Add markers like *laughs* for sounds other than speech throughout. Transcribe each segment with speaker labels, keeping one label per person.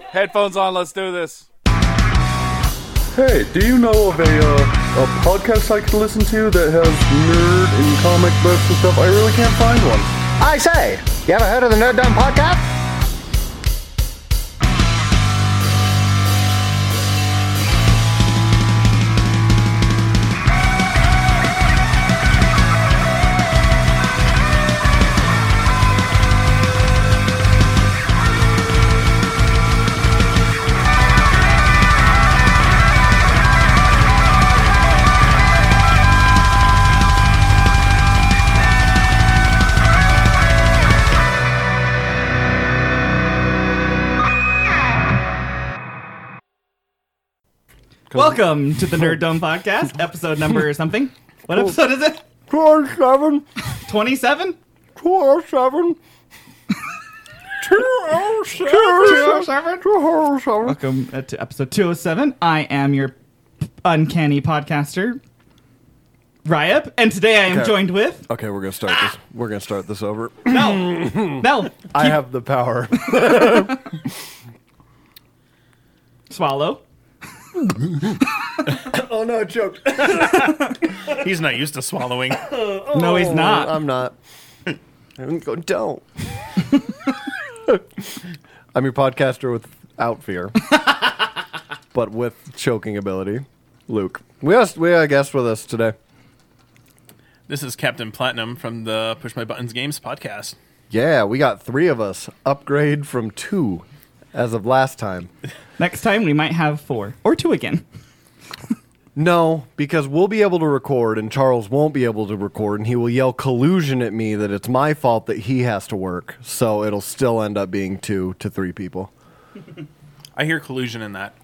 Speaker 1: Headphones on, let's do this.
Speaker 2: Hey, do you know of a uh, a podcast I could listen to that has nerd and comic books and stuff? I really can't find one.
Speaker 3: I say, you ever heard of the Nerd Dumb Podcast?
Speaker 4: Welcome to the Nerd Dome Podcast, episode
Speaker 2: *laughs*
Speaker 4: number something. What episode is it?
Speaker 2: 207,
Speaker 4: 27?
Speaker 2: 207, 207,
Speaker 4: 207?
Speaker 2: 207.
Speaker 4: Welcome uh, to episode 207. I am your uncanny podcaster, Ryup, and today I am
Speaker 2: Okay.
Speaker 4: joined
Speaker 2: *laughs*
Speaker 4: with.
Speaker 2: Okay, we're gonna start this. We're gonna start this over. *laughs*
Speaker 4: No! no!
Speaker 2: I have the power.
Speaker 4: Swallow.
Speaker 2: *laughs* oh no, I choked.
Speaker 5: He's not used to swallowing. *laughs*
Speaker 4: No,
Speaker 2: Oh.
Speaker 4: he's not.
Speaker 2: I'm not. I'm go. Don't. I'm your podcaster without fear, but with choking ability. Luke, we asked, we had a guest with us today.
Speaker 5: This is Captain Platinum from the Push My Buttons Games podcast.
Speaker 2: Yeah, we got three of us upgrade from two as of last time.
Speaker 4: Next time we might have four or two again.
Speaker 2: No, because we'll be able to record and Charles won't be able to record and he will yell collusion at me that it's my fault that he has to work. So it'll still end up being two to three people.
Speaker 5: I hear collusion in that.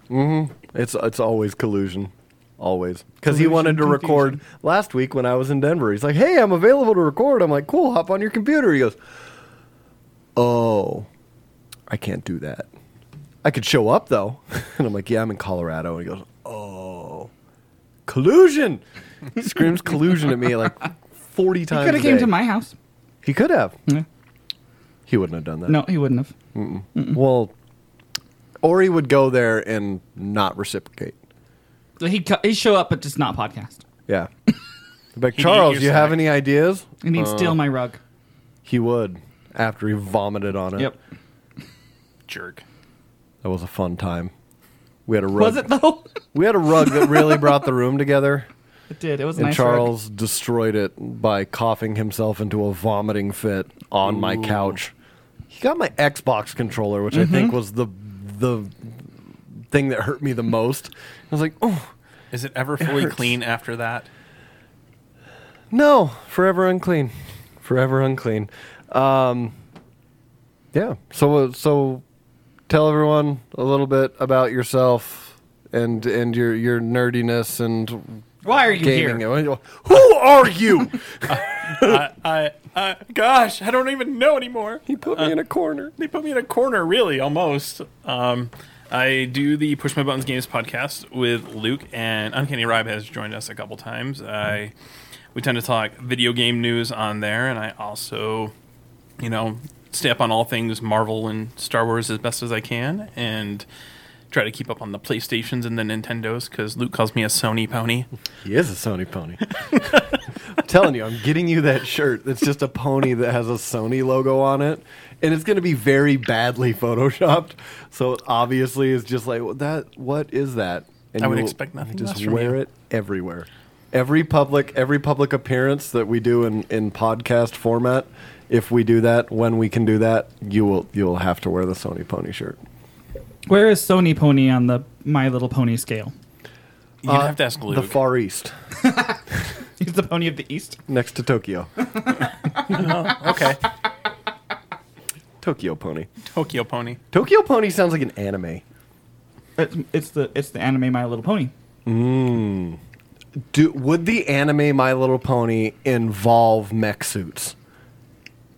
Speaker 2: It's it's always collusion, always. Because he wanted to record last week when I was in Denver. He's like, "Hey, I'm available to record." I'm like, "Cool, hop on your computer." He goes, "Oh, I can't do that. I could show up though." *laughs* And I'm like, "Yeah, I'm in Colorado." And he goes, "Oh, collusion!" He screams collusion at me like forty times.
Speaker 4: Could
Speaker 2: a
Speaker 4: have came
Speaker 2: day.
Speaker 4: to my house.
Speaker 2: He could have.
Speaker 4: Yeah.
Speaker 2: He wouldn't have done that.
Speaker 4: No, he wouldn't have.
Speaker 2: Well, or he would go there and not reciprocate.
Speaker 4: He'd, co- he'd show up, but just not podcast.
Speaker 2: *laughs* Yeah. Like
Speaker 5: eat
Speaker 2: Charles,
Speaker 5: your
Speaker 2: you have
Speaker 5: snack."
Speaker 2: any ideas?
Speaker 4: And he'd
Speaker 2: Uh,
Speaker 4: steal my rug.
Speaker 2: He would after he vomited on it.
Speaker 4: Yep.
Speaker 5: Jerk.
Speaker 2: That was a fun time. We had a rug.
Speaker 4: Was it though? *laughs*
Speaker 2: We had a rug that really brought the room together,
Speaker 4: it did. It was a
Speaker 2: and
Speaker 4: nice rug.
Speaker 2: Charles destroyed it by coughing himself into a vomiting fit on my couch. He got my Xbox controller, which I
Speaker 4: Mm-hmm.
Speaker 2: think was the the thing that hurt me the most. I was like, "Oh,
Speaker 5: Is it ever fully
Speaker 2: hurts.
Speaker 5: clean after that? *laughs*
Speaker 2: No, forever unclean, forever unclean. Um, yeah. So uh, so, tell everyone a little bit about yourself and and your your nerdiness and
Speaker 4: Why are you
Speaker 2: gaming.
Speaker 4: here?
Speaker 2: Who are you? *laughs*
Speaker 5: I, I, I, gosh, I don't even know anymore.
Speaker 2: he put me in a corner.
Speaker 5: They put me in a corner, really, almost. Um, I do the Push My Buttons Games podcast with Luke, and Uncanny Rob has joined us a couple times. I we tend to talk video game news on there, and I also, you know, stay up on all things Marvel and Star Wars as best as I can, and try to keep up on the PlayStations and the Nintendos because Luke calls me a Sony pony.
Speaker 2: He is a Sony pony. *laughs* I'm telling you, I'm getting you that shirt. That's just a pony that has a Sony logo on it, and it's going to be very badly photoshopped. So it obviously, it's just like well, that. What is that? And
Speaker 5: I would
Speaker 2: you will-
Speaker 5: expect nothing
Speaker 2: Just
Speaker 5: less from
Speaker 2: wear
Speaker 5: you.
Speaker 2: it everywhere. Every public, every public appearance that we do in, in podcast format, if we do that, when we can do that, you will you'll have to wear the Sony pony shirt.
Speaker 4: Where is Sony Pony on the My Little Pony *laughs* scale?
Speaker 5: You'd
Speaker 2: Uh,
Speaker 5: have to ask Luke.
Speaker 2: The Far East,
Speaker 4: He's the pony of the East.
Speaker 2: next to Tokyo,
Speaker 5: okay,
Speaker 2: Tokyo pony.
Speaker 5: Tokyo pony.
Speaker 2: Tokyo pony sounds like an anime.
Speaker 4: It's, it's the it's the anime My Little Pony.
Speaker 2: Do, would the anime My Little Pony involve mech suits?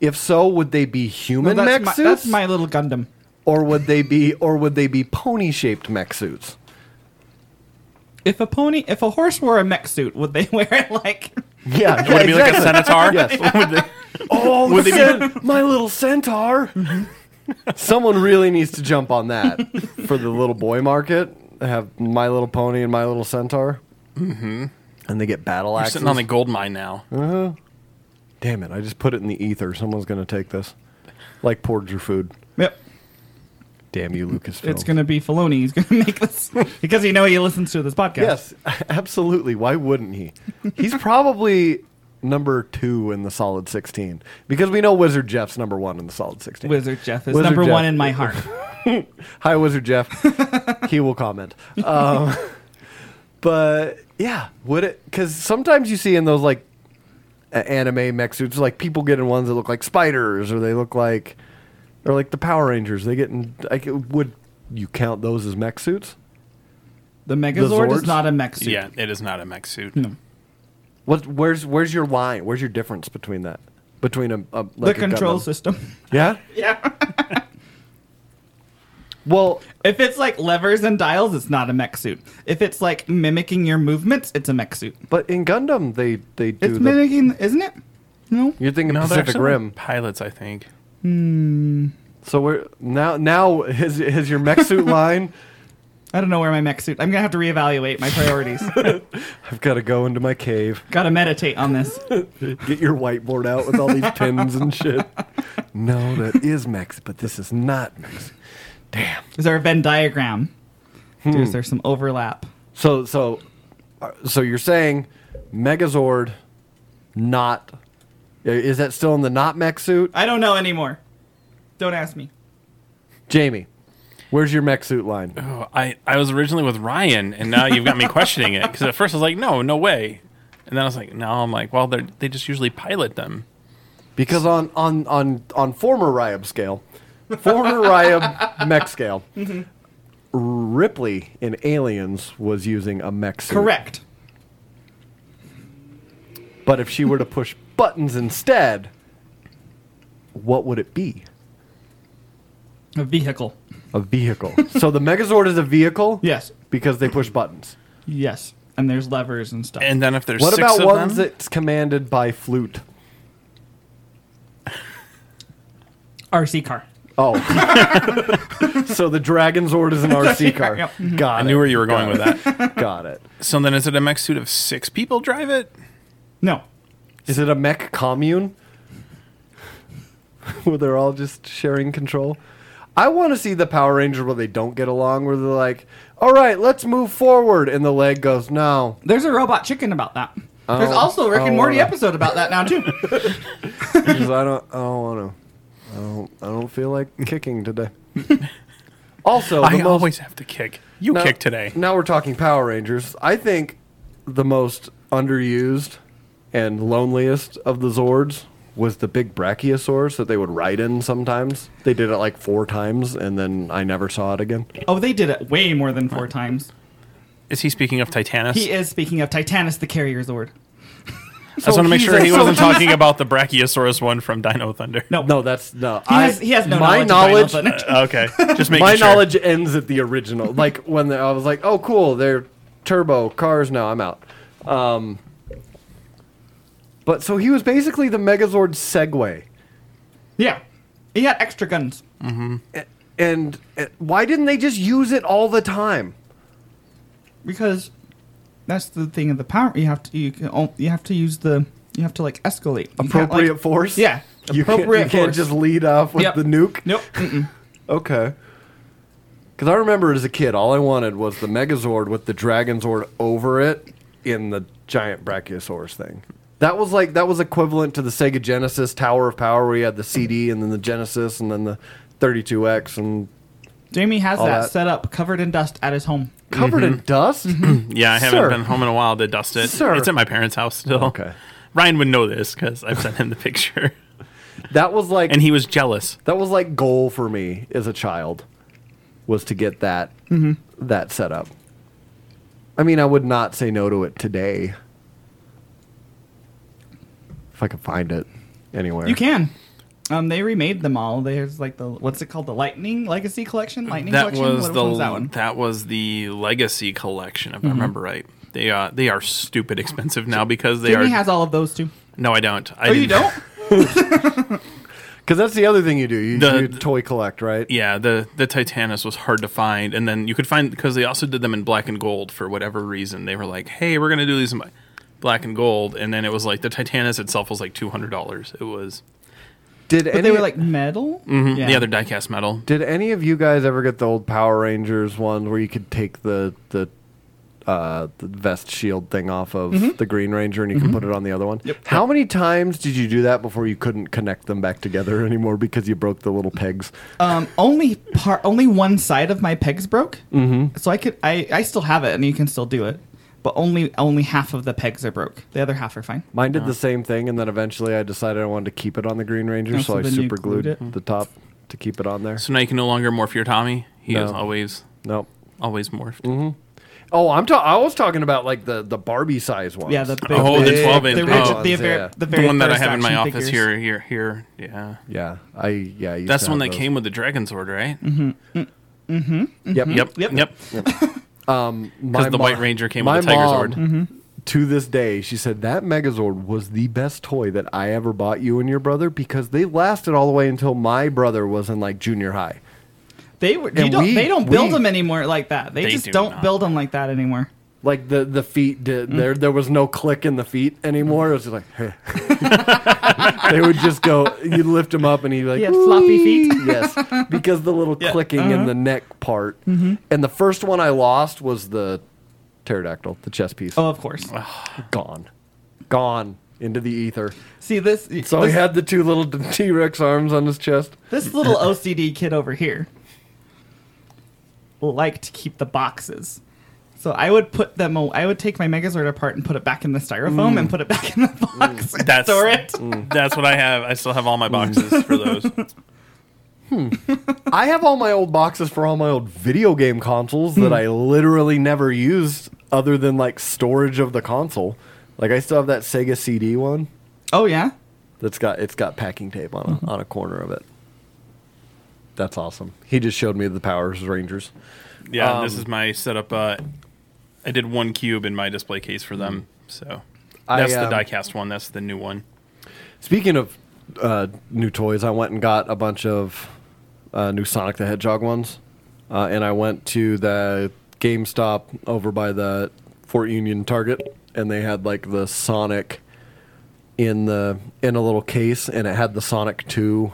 Speaker 2: If so, would they be human
Speaker 4: that's,
Speaker 2: mech
Speaker 4: my,
Speaker 2: suits,
Speaker 4: that's My Little Gundam.
Speaker 2: or would they be or would they be pony shaped mech suits?
Speaker 4: If a pony, if a horse wore a mech suit, would they *laughs* wear it like?
Speaker 2: Yeah,
Speaker 5: Would it be like a centaur?
Speaker 2: Yes.
Speaker 5: *laughs* Would they-
Speaker 2: Oh,
Speaker 5: Would they be- Mm-hmm. *laughs*
Speaker 2: My Little Centaur. Someone really needs to jump on that for the little boy market. They have My Little Pony and My Little Centaur. Mm-hmm. And they get battle axes.
Speaker 5: Sitting on the gold mine now.
Speaker 2: Damn it! I just put it in the ether. Someone's gonna take this, like poured your food.
Speaker 4: Yep.
Speaker 2: Damn you, Lucasfilm.
Speaker 4: It's going to be Filoni. He's going to *laughs* make this because you know he listens to this podcast.
Speaker 2: Yes, *laughs* absolutely. Why wouldn't he? He's probably number two in the solid sixteen because we know Wizard Jeff's number one in the solid sixteen.
Speaker 4: Wizard Jeff is
Speaker 2: Wizard
Speaker 4: number
Speaker 2: Jeff.
Speaker 4: one in my heart.
Speaker 2: *laughs* Hi, Wizard Jeff. he will comment. Um, *laughs* but yeah, would it? Because sometimes you see in those like a- anime mech suits, like people get in ones that look like spiders, or they look like, or like the Power Rangers. They get in. Like, would you count those as mech suits?
Speaker 4: The Megazord is
Speaker 2: Zords?
Speaker 4: not a mech suit.
Speaker 5: Yeah, it is not a mech suit.
Speaker 2: What? Where's Where's your line? Where's your difference between that? Between a, a
Speaker 4: The
Speaker 2: like a
Speaker 4: control
Speaker 2: Gundam?
Speaker 4: system.
Speaker 2: Yeah.
Speaker 4: *laughs* Yeah.
Speaker 2: Well,
Speaker 4: *laughs* If it's like levers and dials, it's not a mech suit. If it's like mimicking your movements, it's a mech suit.
Speaker 2: but in Gundam they they do.
Speaker 4: It's
Speaker 2: the,
Speaker 4: mimicking, isn't it? No.
Speaker 2: you're thinking
Speaker 5: No, they're
Speaker 2: Pacific
Speaker 5: actually
Speaker 2: Rim.
Speaker 5: pilots, I think.
Speaker 2: So we're now now has has your mech suit line.
Speaker 4: I don't know where my mech suit. I'm gonna have to reevaluate my
Speaker 2: *laughs*
Speaker 4: priorities.
Speaker 2: I've got to go into my cave.
Speaker 4: Gotta meditate on this.
Speaker 2: Get your whiteboard out with all these pins and shit. No, that is Mex, but this is not Mex. Damn.
Speaker 4: Is there a Venn diagram?
Speaker 2: Hmm.
Speaker 4: Is there some overlap?
Speaker 2: So so uh, so you're saying Megazord not i- is that still in the not mech suit?
Speaker 4: I don't know anymore. Don't ask me.
Speaker 2: Jamie, where's your mech suit line?
Speaker 5: Oh, I, I was originally with Ryan, and now you've got me questioning it. Because at first I was like, no, no way. And then I was like, now I'm like, well, they're, they just usually pilot them.
Speaker 2: Because on on on on former Ryab scale,
Speaker 5: *laughs*
Speaker 2: former Ryab mech scale, Ripley in Aliens was using a mech suit.
Speaker 4: Correct.
Speaker 2: But if she were to push buttons instead, what would it be?
Speaker 4: A vehicle.
Speaker 2: A vehicle. so the Megazord is a vehicle?
Speaker 4: Yes.
Speaker 2: Because they push buttons.
Speaker 4: Yes. And there's levers and stuff.
Speaker 5: And then if there's
Speaker 2: What
Speaker 5: six
Speaker 2: about
Speaker 5: of
Speaker 2: ones
Speaker 5: them,
Speaker 2: that's commanded by flute?
Speaker 4: RC car.
Speaker 2: Oh. *laughs* so the Dragon Zord is an
Speaker 5: *laughs*
Speaker 2: RC car.
Speaker 4: Yep.
Speaker 2: Got
Speaker 5: I
Speaker 2: it.
Speaker 5: knew where you were going with that. *laughs*
Speaker 2: Got it.
Speaker 5: So then is it a mech suit of six people drive it?
Speaker 4: No.
Speaker 2: Is it a mech commune? *laughs* where they're all just sharing control? I want to see the Power Rangers where they don't get along, where they're like, all right, let's move forward. And the leg goes, no, *laughs*
Speaker 4: There's a robot chicken about that. There's
Speaker 2: Oh.
Speaker 4: also a Rick
Speaker 2: Oh,
Speaker 4: and Morty
Speaker 2: well,
Speaker 4: episode about that
Speaker 2: *laughs*
Speaker 4: now too.
Speaker 2: Because I don't, I don't want to. I don't, I don't feel like kicking today. *laughs* also, the
Speaker 5: I
Speaker 2: most-
Speaker 5: always have to kick. You
Speaker 2: now-
Speaker 5: kick today.
Speaker 2: Now we're talking Power Rangers. I think the most underused and loneliest of the Zords was the big Brachiosaurus that they would ride in sometimes. They did it like four times, and then I never saw it again.
Speaker 4: oh, they did it way more than four times.
Speaker 5: Is he speaking of Titanus?
Speaker 4: He is speaking of Titanus the Carrier Zord.
Speaker 5: I just want to make
Speaker 2: Oh, he's
Speaker 5: sure
Speaker 2: a-
Speaker 5: he
Speaker 2: so
Speaker 5: wasn't talking about the Brachiosaurus one from Dino Thunder.
Speaker 4: No.
Speaker 2: No, that's no.
Speaker 4: He has, he has no
Speaker 2: my knowledge.
Speaker 4: knowledge. of Dino Thunder.
Speaker 5: Uh, Okay,
Speaker 2: *laughs*
Speaker 5: just making
Speaker 2: my
Speaker 5: sure.
Speaker 2: knowledge ends at the original. Like when the, I was like, "Oh, cool, they're turbo cars now." I'm out. Um, but so he was basically the Megazord Segway,
Speaker 4: yeah. He had extra guns.
Speaker 2: and uh, why didn't they just use it all the time?
Speaker 4: because that's the thing of the power you have to you can, o- you have to use the you have to like escalate You can't, like-
Speaker 2: Appropriate force.
Speaker 4: yeah
Speaker 2: you can't, you
Speaker 4: appropriate
Speaker 2: can't
Speaker 4: force.
Speaker 2: just lead off with
Speaker 4: Yep.
Speaker 2: the nuke.
Speaker 4: nope mm-mm.
Speaker 2: Okay. Because I remember as a kid, all I wanted was the Megazord with the Dragonzord over it in the giant Brachiosaurus thing. That was like that was equivalent to the Sega Genesis Tower of Power, where you had the CD and then the Genesis and then the 32X and
Speaker 4: Jamie has
Speaker 2: All
Speaker 4: that,
Speaker 2: that.
Speaker 4: set up covered in dust at his home
Speaker 2: covered
Speaker 4: Mm-hmm.
Speaker 2: in dust.
Speaker 5: Yeah, I haven't
Speaker 2: Sir.
Speaker 5: been home in a while to dust it.
Speaker 2: Sir.
Speaker 5: It's at my parents' house still.
Speaker 2: Okay.
Speaker 5: Ryan would know this because I've sent him the picture,
Speaker 2: *clears throat*
Speaker 5: *laughs*
Speaker 2: that was like
Speaker 5: and he was jealous.
Speaker 2: that was like goal for me as a child was to get that
Speaker 4: Mm-hmm.
Speaker 2: that set up. I mean, I would not say no to it today if I could find it anywhere.
Speaker 4: you can um they remade them all there's like the what's it called the lightning legacy collection lightning
Speaker 5: That
Speaker 4: collection
Speaker 5: was
Speaker 4: What-
Speaker 5: the
Speaker 4: which one's that one
Speaker 5: was the Legacy collection,
Speaker 2: Mm-hmm.
Speaker 5: if I remember right. They uh, they are stupid expensive now because they
Speaker 4: Jamie
Speaker 5: are.
Speaker 4: has all of those too
Speaker 5: no, I don't. I
Speaker 4: oh you
Speaker 5: didn't-
Speaker 4: don't
Speaker 2: Because that's the other thing you do. You,
Speaker 5: The-
Speaker 2: you toy collect, right?
Speaker 5: *laughs* Yeah, the the Titanus was hard to find, and then you could find because they also did them in black and gold for whatever reason. They were like, "Hey, we're gonna do these in bla- black and gold," and then it was like the Titanus itself was like two hundred dollars. It was
Speaker 2: Did
Speaker 4: But they were like metal. Mm-hmm.
Speaker 5: the other diecast metal.
Speaker 2: Did any of you guys ever get the old Power Rangers one where you could take the the, uh, the vest shield thing off of
Speaker 4: Mm-hmm.
Speaker 2: the Green Ranger and you can put it on the other one? Yep. How many times did you do that before you couldn't connect them back together *laughs* anymore because you broke the little pegs?
Speaker 4: Um, only part, only one side of my pegs broke. Mm-hmm. So I could, I, I still have it, and you can still do it. But only, only half of the pegs are broke. The other half are fine.
Speaker 2: Mine did the same thing, and then eventually I decided I wanted to keep it on the Green Ranger,
Speaker 4: Oh,
Speaker 2: so
Speaker 4: so
Speaker 2: I
Speaker 4: then you
Speaker 2: super glued
Speaker 4: glued it.
Speaker 2: the top to keep it on there.
Speaker 5: So now you can no longer morph your Tommy. He is
Speaker 2: No.
Speaker 5: always
Speaker 2: Nope.
Speaker 5: always morphed.
Speaker 2: Oh, I'm ta- I was talking about like the the Barbie size ones.
Speaker 4: Yeah, the big,
Speaker 5: Oh, the
Speaker 4: big-
Speaker 5: 12 inch.
Speaker 4: the, orig-
Speaker 2: Oh,
Speaker 4: the,
Speaker 2: yeah.
Speaker 4: ver- the,
Speaker 5: The
Speaker 4: very
Speaker 5: one that I
Speaker 4: first
Speaker 5: have in my
Speaker 4: action
Speaker 5: office
Speaker 4: figures.
Speaker 5: here, here, here. Yeah,
Speaker 2: yeah. I yeah. I used
Speaker 5: that's
Speaker 2: to
Speaker 5: the one
Speaker 2: have
Speaker 5: that
Speaker 2: those. Mm-hmm.
Speaker 5: came with the Dragon Sword, right?
Speaker 2: Yep.
Speaker 5: Yep, yep,
Speaker 4: Yep.
Speaker 2: My
Speaker 5: the
Speaker 2: mo-
Speaker 5: White Ranger came
Speaker 2: my
Speaker 5: with a Tiger Sword.
Speaker 4: Mm-hmm.
Speaker 2: mom, To this day, she said that Megazord was the best toy that I ever bought you and your brother because they lasted all the way until my brother was in like junior high.
Speaker 4: They were. You
Speaker 2: And
Speaker 4: don't,
Speaker 2: we-
Speaker 4: they don't build
Speaker 2: we-
Speaker 4: them anymore like that. They,
Speaker 5: They
Speaker 4: just
Speaker 5: do
Speaker 4: do not
Speaker 5: not.
Speaker 4: build them like that anymore.
Speaker 2: Like the the feet did,
Speaker 4: Mm.
Speaker 2: there there was no click in the feet anymore. It was just like
Speaker 4: *laughs*
Speaker 2: they would just go. You lift him up and he like
Speaker 4: He had floppy feet. Uh-huh.
Speaker 2: "Wee." *laughs* yes, because the
Speaker 4: *laughs*
Speaker 2: little clicking in the neck part.
Speaker 4: Mm-hmm.
Speaker 2: And the first one I lost was the pterodactyl, the chess piece.
Speaker 4: Oh, of course.
Speaker 2: Gone, gone into the ether.
Speaker 4: See this.
Speaker 2: So
Speaker 4: this,
Speaker 2: he had the two little *laughs* T Rex arms on his chest.
Speaker 4: this little
Speaker 5: *laughs*
Speaker 4: OCD kid over here liked to keep the boxes. So I would put them. aw- I would take my Megazord apart and put it back in the styrofoam and put it back in the box. and
Speaker 5: Mm. That's
Speaker 4: *laughs*
Speaker 5: mm.
Speaker 4: store it.
Speaker 5: That's what I have. I still have all
Speaker 2: Mm.
Speaker 5: my boxes for
Speaker 2: *laughs*
Speaker 5: those.
Speaker 2: I have all my old boxes for all my old video game consoles that I literally never used other than like storage of the console. Like I still have that Sega CD one
Speaker 4: Oh yeah.
Speaker 2: that's got it's got packing tape on a, on a corner of it. That's awesome. He just showed me the Powers Rangers.
Speaker 5: Yeah,
Speaker 2: Um,
Speaker 5: this is my setup. Uh, I did one cube in my display case for them, so
Speaker 2: I,
Speaker 5: that's
Speaker 2: um,
Speaker 5: the diecast one. That's the new one.
Speaker 2: Speaking of uh, new toys, I went and got a bunch of uh, new Sonic the Hedgehog ones, uh, and I went to the GameStop over by the Fort Union Target, and they had like the Sonic in the in a little case, and it had the Sonic Two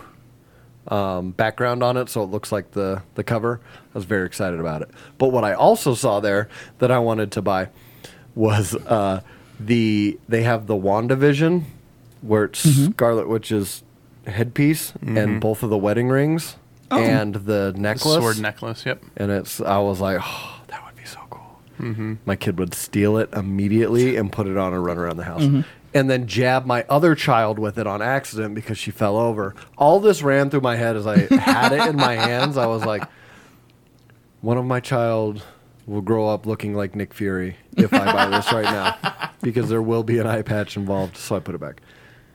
Speaker 2: um, background on it, so it looks like the the cover. I was very excited about it. But what I also saw there that I wanted to buy was uh, the they have the Wandavision, where it's Scarlet Witch's headpiece and both of the wedding rings and the necklace.
Speaker 5: Sword necklace. Yep.
Speaker 2: and it's I was like, oh, that would be so cool. My kid would steal it immediately and put it on and run around the house. And then jab my other child with it on accident because she fell over. All this ran through my head as I had it in my hands. I was like, one of my child will grow up looking like Nick Fury if I buy this right now
Speaker 5: *laughs*
Speaker 2: because there will be an eye patch involved. So I put it back.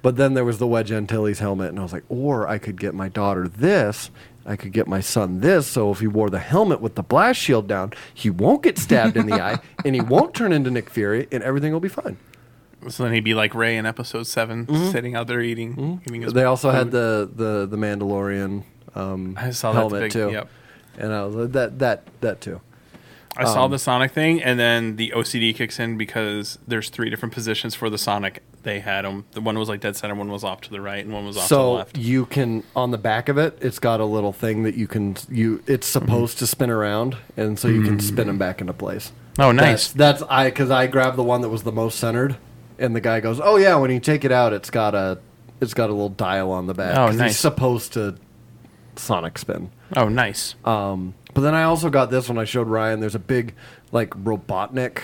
Speaker 2: But then there was the Wedge Antilles helmet, and I was like, or I could get my daughter this. I could get my son this. So if he wore the helmet with the blast shield down, he won't get stabbed
Speaker 5: *laughs*
Speaker 2: in the eye and he won't turn into Nick Fury and everything will be fine.
Speaker 5: So then he'd be like Ray in episode 7 sitting out there eating. eating his
Speaker 2: Mm-hmm. They also had
Speaker 5: food.
Speaker 2: the, the, the Mandalorian um,
Speaker 5: I saw that
Speaker 2: helmet
Speaker 5: Oh, big-
Speaker 2: too.
Speaker 5: yep.
Speaker 2: And I was like, that, that, that too.
Speaker 5: I
Speaker 2: Um,
Speaker 5: saw the Sonic thing, and then the OCD kicks in because there's three different positions for the Sonic. They had them. The one was like dead center, one was off to the right, and one was off to the
Speaker 2: so
Speaker 5: left.
Speaker 2: you can on the back of it it's got a little thing that you can you it's
Speaker 5: Mm-hmm.
Speaker 2: supposed to spin around and so you can spin them back into place
Speaker 5: Oh, Mm. nice.
Speaker 2: that's, that's i because i grabbed the one that was the most centered and the guy goes oh yeah when you take it out it's got a it's got a little dial on the back
Speaker 5: Oh,
Speaker 2: 'cause
Speaker 5: nice.
Speaker 2: he's supposed to sonic spin
Speaker 5: Oh, nice.
Speaker 2: um, but then I also got this one. I showed Ryan. There's a big like Robotnik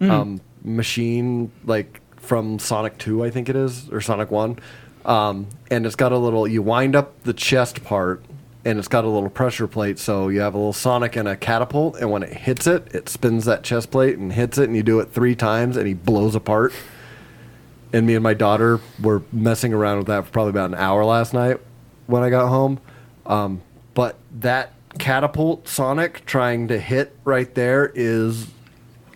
Speaker 2: um, machine, like from Sonic Two, I think it is, or Sonic One, um, and it's got a little. You wind up the chest part, and it's got a little pressure plate. So you have a little Sonic and a catapult, and when it hits it, it spins that chest plate and hits it, and you do it three times, and he blows apart. And me and my daughter were messing around with that for probably about an hour last night when I got home. Um, but that catapult Sonic trying to hit right there is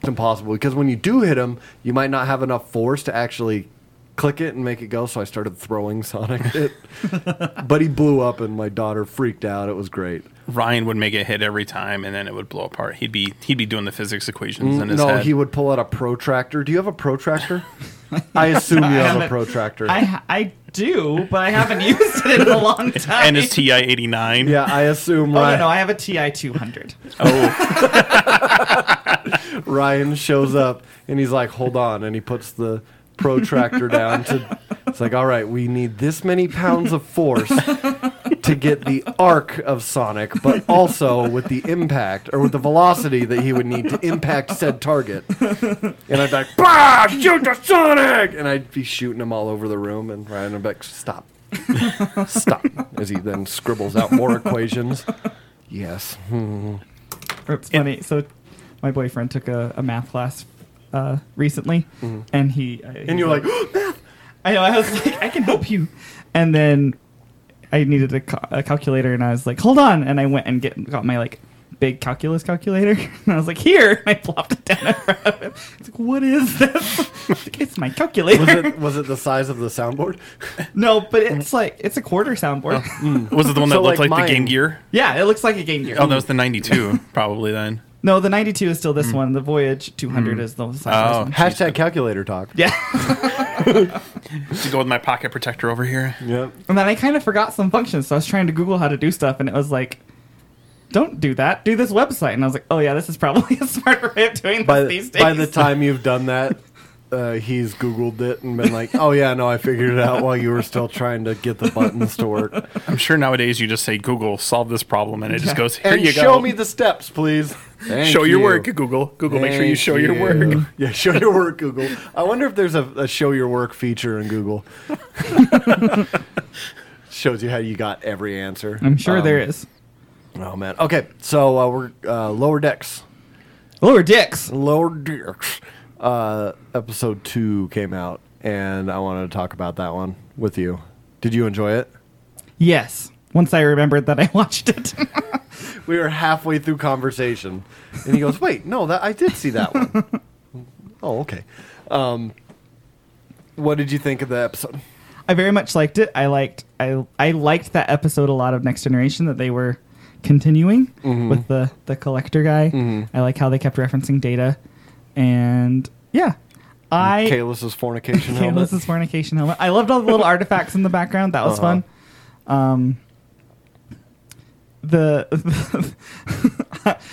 Speaker 2: impossible because when you do hit him, you might not have enough force to actually click it and make it go. So I started throwing Sonic *laughs* at it. but he blew up, and my daughter freaked out. It was great.
Speaker 5: Ryan would make a hit every time, and then it would blow apart. He'd be he'd be doing the physics equations in his
Speaker 2: no,
Speaker 5: head.
Speaker 2: he would pull out a protractor. Do you have a protractor? *laughs* I assume you have a protractor.
Speaker 4: I ha- I do, but I
Speaker 5: *laughs*
Speaker 4: haven't used it in a long time.
Speaker 5: and his TI eighty nine.
Speaker 2: yeah, I assume
Speaker 4: Oh no,
Speaker 2: Ryan,
Speaker 4: no, I have a Ti two hundred.
Speaker 2: Ryan shows up and he's like, "Hold on," and he puts the protractor down. To it's like, "All right, we need this many pounds of force." To get the arc of Sonic, but also with the impact or with the velocity that he would need to impact said target. And I'd be like, bah, shoot the Sonic! And I'd be shooting him all over the room, and Ryan would be like, stop, stop, as he then scribbles out more equations. Yes.
Speaker 4: It's funny. so, my boyfriend took a, a math class uh, recently,
Speaker 5: Mm-hmm.
Speaker 4: and he uh,
Speaker 2: And you're like,
Speaker 4: I know. I was like, I can help you. And then I needed a, ca- a calculator, and I was like, hold on. And I went and get got my like big calculus calculator, *laughs* and I was like, here. And I plopped it down in front of him. It's like, what is this? *laughs* It's like, it's my calculator.
Speaker 2: was it, was it the size of the soundboard?
Speaker 4: *laughs* No, but it's like it's a quarter soundboard.
Speaker 5: Was it the one that
Speaker 2: So,
Speaker 5: looked like,
Speaker 2: like,
Speaker 5: the Game
Speaker 2: mine-
Speaker 5: Gear?
Speaker 4: *laughs* yeah, it looks like a Game Gear.
Speaker 5: mm. Oh, that was the ninety two, *laughs* probably then.
Speaker 4: No, the 92 is still this one. The Voyage 200 is the size of this
Speaker 5: Oh,
Speaker 4: one.
Speaker 2: Hashtag calculator talk.
Speaker 4: Yeah.
Speaker 5: to go with my pocket protector over here.
Speaker 2: Yep.
Speaker 4: And then I kind of forgot some functions, so I was trying to Google how to do stuff, and it was like, "Don't do that. Do this website." And I was like, "Oh yeah, this is probably *laughs* a smarter way of doing this
Speaker 2: By,
Speaker 4: these
Speaker 2: the,
Speaker 4: days."
Speaker 2: by the time you've done that, uh, he's Googled it and been like, oh, yeah, no, I figured it out while you were still trying to get the buttons to work.
Speaker 5: I'm sure nowadays you just say Google solve this problem, and it just goes here
Speaker 2: and
Speaker 5: you
Speaker 2: show
Speaker 5: go.
Speaker 2: me the steps, please.
Speaker 5: show your work,
Speaker 2: work.
Speaker 5: Google. Google, make sure you
Speaker 2: Thank
Speaker 5: show your work.
Speaker 2: Yeah, show your work, Google. I wonder if there's a, a show your work feature in Google. Shows you how you got every answer. Um,
Speaker 4: I'm sure there is
Speaker 2: Oh man. Okay, so uh, we're uh, lower decks.
Speaker 4: lower dicks.
Speaker 2: Lower decks. Uh, episode two came out, and I wanted to talk about that one with you. Did you enjoy it?
Speaker 4: Yes. Once I remembered that I *laughs*
Speaker 2: *laughs*
Speaker 4: watched it,
Speaker 2: We were halfway through conversation, and he goes, "Wait, no, that I did see that one." *laughs* oh, okay. Um, what did you think of the episode?
Speaker 4: I very much liked it. I liked I I liked that episode a lot of Next Generation that they were continuing
Speaker 2: Mm-hmm.
Speaker 4: with the the collector guy. I like how they kept referencing data, and
Speaker 2: Mm,
Speaker 4: yeah, I
Speaker 2: Kalis's
Speaker 4: *laughs*
Speaker 2: fornication helmet.
Speaker 4: Candace's fornication helmet. I loved all the little artifacts in the background. That was fun. Um, the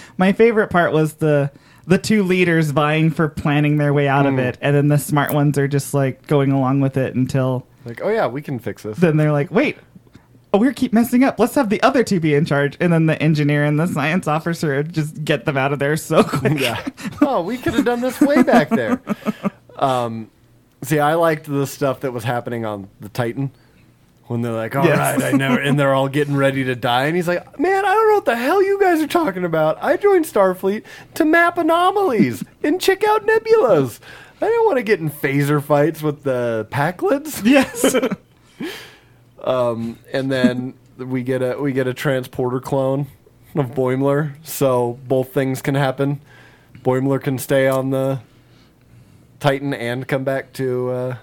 Speaker 4: *laughs* my favorite part was the the two leaders vying for planning their way out of it, and then the smart ones are just like going along with it until
Speaker 2: Like, oh yeah, we can fix this.
Speaker 4: then they're like, wait. Oh, we keep messing up. Let's have the other two be in charge, and then the engineer and the science officer just get them out of there
Speaker 2: *laughs*
Speaker 4: so *laughs* quick.
Speaker 2: yeah. Oh, we could have done this way back there. Um, see, I liked the stuff that was happening on the Titan when they're like, "All right,
Speaker 4: Yes.
Speaker 2: I never," and they're all getting ready to die, and he's like, "Man, I don't know what the hell you guys are talking about. I joined Starfleet to map anomalies and check out nebulas. I didn't want to get in phaser fights with the Packlets."
Speaker 4: Yes. *laughs*
Speaker 2: and then we get a we get a transporter clone of Boimler, so both things can happen. Boimler can stay on the Titan and come back to uh,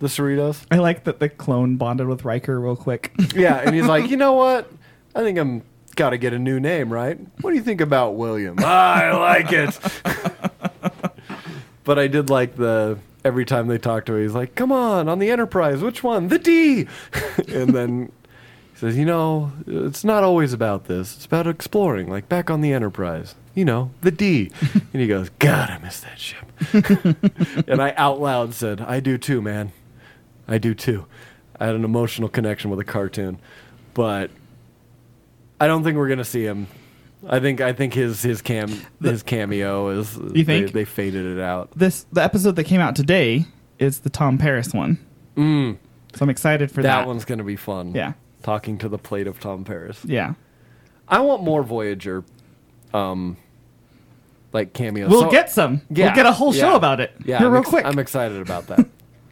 Speaker 2: the Cerritos.
Speaker 4: I like that the clone bonded with Riker real quick.
Speaker 2: Yeah, and he's *laughs* like, you know what? I think I'm got to get a new name, right? What do you think about William? *laughs* I like it. but I did like the every time they talk to him, he's like, "Come on, on the Enterprise, which one? The D." *laughs* and then he says, "You know, it's not always about this. It's about exploring, like back on the Enterprise. You know, the
Speaker 4: *laughs*
Speaker 2: D." and he goes, "God, I miss that ship." *laughs* and I out loud said, "I do too, man. I do too." I had an emotional connection with a cartoon, but I don't think we're gonna see him. I think I think his his cam his cameo is
Speaker 4: You think?
Speaker 2: they, they faded it out.
Speaker 4: this the episode that came out today is the Tom Paris one. So I'm excited for that.
Speaker 2: Mm. That one's gonna be fun.
Speaker 4: Yeah.
Speaker 2: talking to the plate of Tom Paris.
Speaker 4: Yeah.
Speaker 2: I want more Voyager, um, like cameos.
Speaker 4: We'll
Speaker 2: So-
Speaker 4: get some.
Speaker 2: Yeah,
Speaker 4: We'll get a whole show
Speaker 2: yeah.
Speaker 4: about it.
Speaker 2: Yeah,
Speaker 4: Here
Speaker 2: I'm
Speaker 4: real
Speaker 2: ex-
Speaker 4: quick.
Speaker 2: I'm excited about that.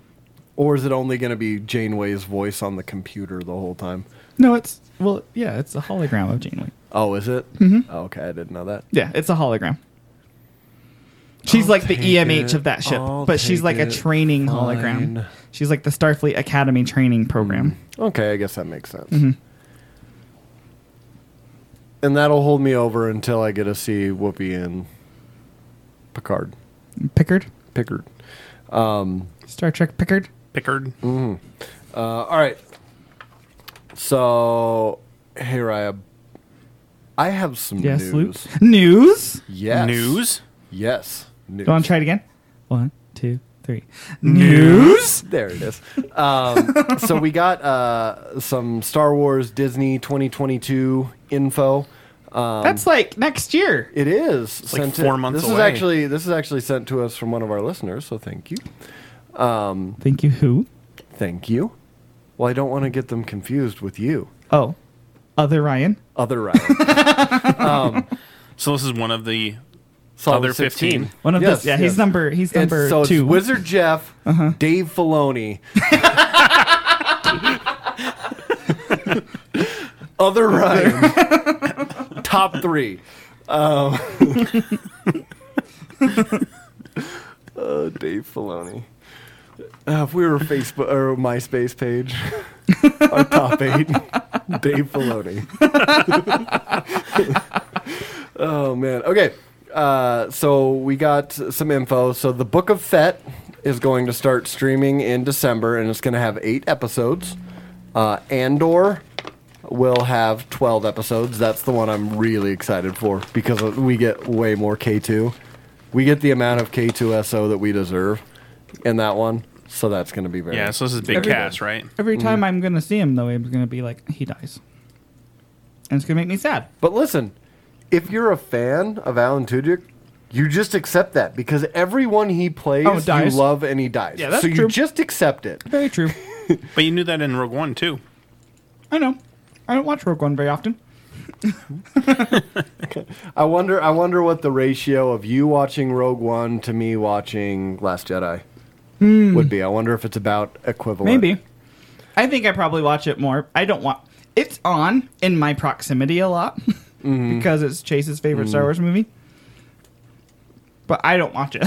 Speaker 4: *laughs*
Speaker 2: or is it only gonna be Janeway's voice on the computer the whole time?
Speaker 4: no, it's well, yeah, it's a hologram of Janeway.
Speaker 2: Oh, is it? Mm-hmm. Oh, okay, I didn't know that.
Speaker 4: Yeah, it's a hologram. She's like the
Speaker 2: take
Speaker 4: EMH
Speaker 2: it.
Speaker 4: of that ship,
Speaker 2: I'll
Speaker 4: but she's
Speaker 2: take
Speaker 4: like a
Speaker 2: it.
Speaker 4: training
Speaker 2: Fine.
Speaker 4: hologram. She's like the Starfleet Academy training program.
Speaker 2: Okay, I guess that makes sense.
Speaker 4: Mm-hmm.
Speaker 2: And that'll hold me over until I get to see Whoopi and Picard. Mm.
Speaker 4: Pickard,
Speaker 2: Pickard.
Speaker 4: Star Trek Pickard.
Speaker 5: Pickard.
Speaker 2: Uh, all right. So, hey, Raya. I have some
Speaker 4: Yes,
Speaker 2: news.
Speaker 4: Luke. News.
Speaker 2: Yes.
Speaker 5: News.
Speaker 2: Yes. News.
Speaker 4: Go on, try it again. One, two, three. News.
Speaker 2: There it is.
Speaker 4: *laughs*
Speaker 2: Um, so we got uh, some Star Wars Disney 2022 info. Um,
Speaker 4: That's like next year.
Speaker 2: it is
Speaker 5: like
Speaker 2: sent
Speaker 5: four
Speaker 2: in-
Speaker 5: months
Speaker 2: This is
Speaker 5: away.
Speaker 2: actually this is actually sent to us from one of our listeners. So thank you,
Speaker 4: Thank you. Who?
Speaker 2: thank you. Well, I don't want to get them confused with you,
Speaker 4: Oh, other Ryan.
Speaker 2: other
Speaker 5: *laughs*
Speaker 2: Ryan.
Speaker 5: So this is one of the
Speaker 2: Solid
Speaker 5: Other 15.
Speaker 4: One of
Speaker 2: Yes,
Speaker 4: those. Yeah,
Speaker 2: yes.
Speaker 4: he's number. He's
Speaker 2: And
Speaker 4: number
Speaker 2: so
Speaker 4: two. Uh-huh.
Speaker 2: it's Wizard Jeff, Dave Filoni, other Ryan, top three. Um, *laughs* uh, Dave Filoni. Uh, if we were Facebook or MySpace page, our top eight, *laughs* Dave Filoni. *laughs* Oh man. Okay. Uh, so we got some info. So the Book of Fett is going to start streaming in December, and it's going to have eight episodes. Uh, Andor will have twelve episodes. That's the one I'm really excited for because we get way more K2. We get the amount of K2SO that we deserve in that one. So that's going to be very
Speaker 5: yeah. So this is big
Speaker 4: Every-
Speaker 5: cast, right?
Speaker 4: Every
Speaker 2: Mm.
Speaker 4: time I'm gonna see him, though, I'm gonna be like, he dies, and it's gonna make me sad.
Speaker 2: But listen, if you're a fan of Alan Tudyk, you just accept that because everyone he plays,
Speaker 4: Oh, dies.
Speaker 2: you love and he dies.
Speaker 4: Yeah, that's
Speaker 2: so you
Speaker 4: true.
Speaker 2: just accept it.
Speaker 4: Very true.
Speaker 5: But you knew that in Rogue One
Speaker 2: Oh,
Speaker 5: too.
Speaker 4: *laughs* I know. I don't watch Rogue One very often.
Speaker 2: I wonder. I wonder what the ratio of you watching Rogue One to me watching Last Jedi would be. I wonder if it's about equivalent.
Speaker 4: Hmm. Maybe. I think I probably watch it more. I don't want. It's on in my proximity a lot *laughs*
Speaker 2: Mm-hmm.
Speaker 4: because it's Chase's favorite
Speaker 2: Mm.
Speaker 4: Star Wars movie. But I don't watch it.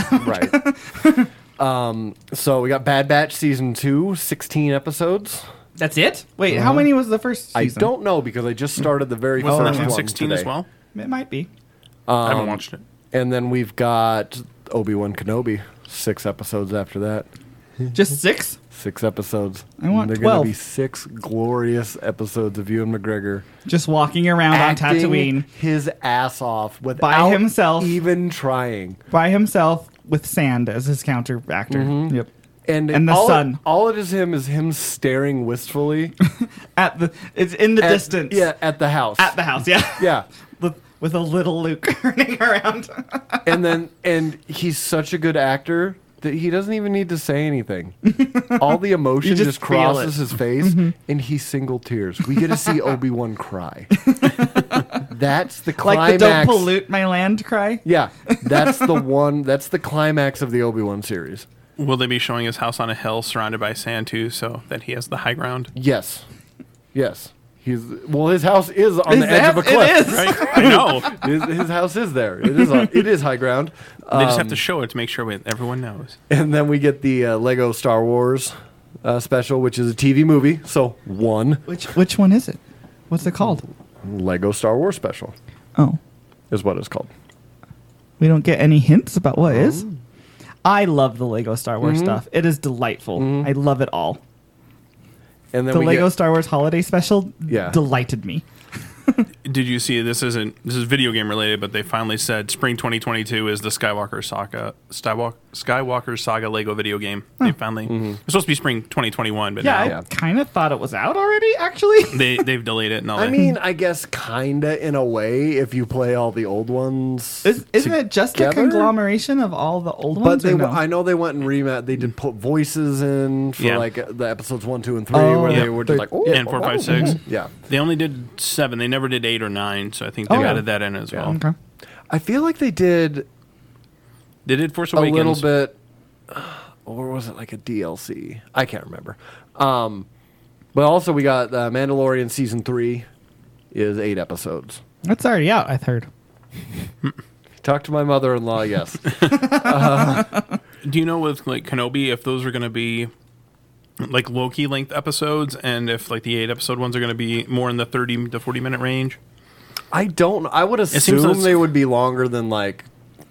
Speaker 4: *laughs*
Speaker 2: right. um, so we got Bad Batch season two, 16 episodes.
Speaker 4: That's it. Wait, how many was the first?
Speaker 2: Uh-huh. I
Speaker 4: season?
Speaker 2: don't know because I just started the very
Speaker 5: Wasn't
Speaker 2: first
Speaker 5: that in
Speaker 2: one
Speaker 5: sixteen
Speaker 2: today. Um,
Speaker 5: as well?
Speaker 4: It might be.
Speaker 5: I haven't watched it.
Speaker 2: And then we've got Obi Wan Kenobi, six episodes after that.
Speaker 4: Just six.
Speaker 2: Six episodes.
Speaker 4: I want
Speaker 2: They're
Speaker 4: 12.
Speaker 2: to be six glorious episodes of Ewan McGregor
Speaker 4: Just walking around on
Speaker 2: acting
Speaker 4: Tatooine
Speaker 2: his ass off without
Speaker 4: himself.
Speaker 2: even trying.
Speaker 4: by himself with sand as his counter actor.
Speaker 2: Mm-hmm.
Speaker 4: Yep.
Speaker 2: And,
Speaker 4: And the
Speaker 2: all it-
Speaker 4: sun.
Speaker 2: all it is him is him staring
Speaker 4: *laughs*
Speaker 2: wistfully
Speaker 4: At the it's in the
Speaker 2: at-
Speaker 4: distance.
Speaker 2: Yeah, at the house.
Speaker 4: At the house. Yeah.
Speaker 2: yeah.
Speaker 4: *laughs* with, with a little Luke *laughs* running around.
Speaker 2: and then and he's such a good actor that he doesn't even need to say
Speaker 4: *laughs*
Speaker 2: anything. All the emotion
Speaker 4: You
Speaker 2: just,
Speaker 4: just feel
Speaker 2: crosses
Speaker 4: it. Mm-hmm.
Speaker 2: his face and he single tears. We get to see Obi-Wan
Speaker 4: *laughs*
Speaker 2: cry. that's the climax.
Speaker 4: like the don't pollute my land cry.
Speaker 2: yeah, that's the one that's the climax of the Obi-Wan series.
Speaker 5: Will they be showing his house on a hill surrounded by sand too, so that he has the high ground?
Speaker 2: Yes. Yes. He's well his house is on
Speaker 4: Is
Speaker 2: the edge
Speaker 4: that-
Speaker 2: of a cliff.
Speaker 4: It is.
Speaker 5: Right?
Speaker 2: *laughs*
Speaker 5: I know.
Speaker 2: His, his house is there. It is on, it is high ground.
Speaker 5: *laughs* They just have
Speaker 2: Um,
Speaker 5: to show it to make sure we- everyone knows.
Speaker 2: *laughs* And then we get the uh, Lego Star Wars uh, special, which is a TV movie. So one
Speaker 4: Which which one is it? What's it called?
Speaker 2: Lego Star Wars special
Speaker 4: Oh,
Speaker 2: is what it's called.
Speaker 4: we don't get any hints about what is.
Speaker 2: Oh.
Speaker 4: I love the Lego Star
Speaker 2: Mm-hmm.
Speaker 4: Wars stuff. It is delightful. I love it all.
Speaker 2: And then
Speaker 4: The
Speaker 2: we
Speaker 4: Lego
Speaker 2: get,
Speaker 4: Star Wars holiday special
Speaker 2: Yeah.
Speaker 4: delighted me.
Speaker 5: Did you see this isn't this is video game related, but they finally said spring 2022 is the Skywalker Saga Skywalker, Skywalker Saga Lego video game.
Speaker 2: Hmm.
Speaker 5: They finally
Speaker 2: Mm-hmm.
Speaker 5: it's supposed to be spring 2021, but
Speaker 4: Yeah,
Speaker 5: now
Speaker 2: Yeah.
Speaker 4: I kind of thought it was out already.
Speaker 2: *laughs*
Speaker 4: Actually,
Speaker 5: they they've delayed it and all
Speaker 2: I
Speaker 5: that.
Speaker 2: mean, I guess kinda in a way if you play all the old ones.
Speaker 4: is, isn't it just a
Speaker 2: together?
Speaker 4: conglomeration of all the old
Speaker 2: but
Speaker 4: ones?
Speaker 2: they,
Speaker 4: or no?
Speaker 2: I know they went and remat. They did put voices in for
Speaker 5: Yeah.
Speaker 2: like the episodes one, two, and three, where
Speaker 5: Yeah.
Speaker 2: they were just like, oh,
Speaker 5: and four, five, six.
Speaker 2: Yeah,
Speaker 5: They only did seven. They never did eight or nine, so I think they
Speaker 4: Oh, yeah.
Speaker 5: added that in as well.
Speaker 4: okay.
Speaker 2: I feel like they did
Speaker 5: They did Force
Speaker 2: a
Speaker 5: Awakens.
Speaker 2: little bit *sighs* or was it like a DLC? I can't remember. Um, but also we got uh, Mandalorian season 3 is 8 episodes.
Speaker 4: That's already out. I've heard.
Speaker 2: Talk to my mother-in-law, yes.
Speaker 5: Do you know with like Kenobi if those are going to be like Loki length episodes, and if like the eight episode ones are going to be more in the thirty to forty minute range.
Speaker 2: I don't. I would
Speaker 5: seems
Speaker 2: assume
Speaker 5: so-
Speaker 2: they would be longer than like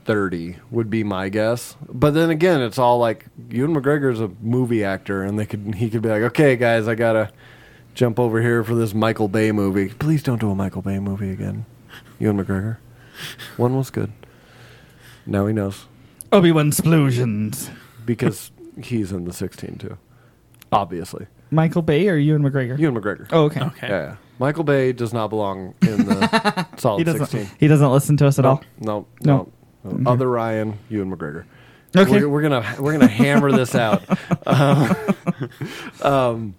Speaker 2: thirty. Would be my guess. But then again, it's all like Ewan McGregor's a movie actor, and they could he could be like, okay, guys, I gotta jump over here for this Michael Bay movie. Please don't do a Michael Bay movie again, Ewan McGregor. One was good. Now he knows
Speaker 4: Obi Wan Splosions.
Speaker 2: because *laughs* he's in the sixteen too. Obviously,
Speaker 4: Michael Bay or Ewan McGregor?
Speaker 2: Ewan McGregor.
Speaker 4: oh, okay.
Speaker 5: Okay,
Speaker 2: Yeah, yeah. Michael Bay does not belong in the
Speaker 4: *laughs* He
Speaker 2: solid
Speaker 4: doesn't.
Speaker 2: sixteen.
Speaker 4: He doesn't listen to us at all.
Speaker 2: No,
Speaker 4: No. Mm-hmm.
Speaker 2: no, no. Other Ryan, Ewan McGregor.
Speaker 4: Okay.
Speaker 2: We're, we're gonna we're gonna hammer this
Speaker 4: *laughs*
Speaker 2: out. Um, *laughs* um,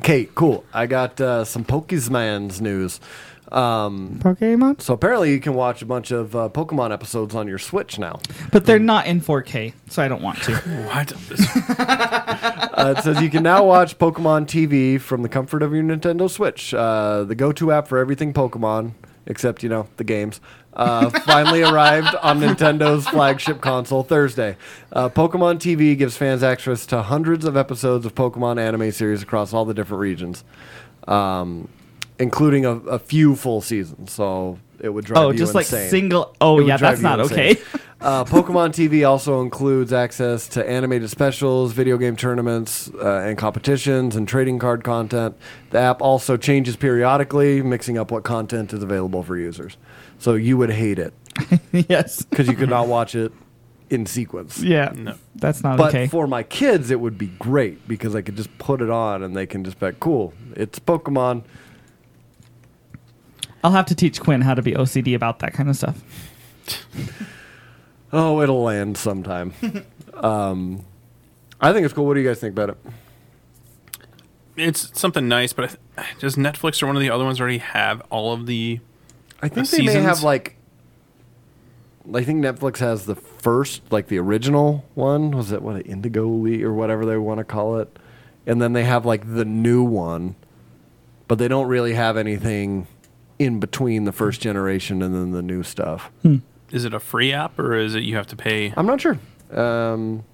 Speaker 2: okay, cool. I got uh, some Pokemans news. Um,
Speaker 4: Pokemon,
Speaker 2: so apparently, you can watch a bunch of uh, Pokemon episodes on your Switch now.
Speaker 4: but they're not in 4K, so I don't want
Speaker 2: *laughs*
Speaker 4: to.
Speaker 5: what?
Speaker 2: Uh, it says you can now watch Pokemon TV from the comfort of your Nintendo Switch, uh, the go-to app for everything Pokemon, except you know the games. Uh, finally arrived on Nintendo's flagship console Thursday. Uh, Pokemon TV gives fans access to hundreds of episodes of Pokemon anime series across all the different regions, um, including a, a few full seasons. So it would drive
Speaker 4: oh,
Speaker 2: you
Speaker 4: just like
Speaker 2: insane.
Speaker 4: single. Oh,
Speaker 2: It would
Speaker 4: yeah,
Speaker 2: drive
Speaker 4: that's
Speaker 2: you
Speaker 4: not
Speaker 2: insane.
Speaker 4: okay.
Speaker 2: *laughs* Uh, Pokemon TV also includes access to animated specials, video game tournaments, uh, and competitions, and trading card content. The app also changes periodically, mixing up what content is available for users. So you would hate it
Speaker 4: *laughs* yes.
Speaker 2: because you could
Speaker 4: *laughs*
Speaker 2: not watch it in sequence.
Speaker 4: Yeah.
Speaker 5: No.
Speaker 4: That's not
Speaker 2: But
Speaker 4: okay.
Speaker 2: for my kids, it would be great because I could just put it on and they can just be like, cool, it's Pokemon.
Speaker 4: I'll have to teach Quinn how to be OCD about that kind of stuff.
Speaker 2: Oh, it'll land
Speaker 4: *laughs*
Speaker 2: sometime. um, I think it's cool. What do you guys think about it?
Speaker 5: it's something nice, but I th- does Netflix or one of the other ones already have all of the?
Speaker 2: I think
Speaker 5: the
Speaker 2: they may have
Speaker 5: seasons?
Speaker 2: like. I think Netflix has the first, like the original one. Was it what an Indigo League or whatever they want to call it? And then they have like the new one, but they don't really have anything in between the first generation and then the new stuff.
Speaker 5: Hmm. Is it a free app or is it you have to pay?
Speaker 2: I'm not sure. Um,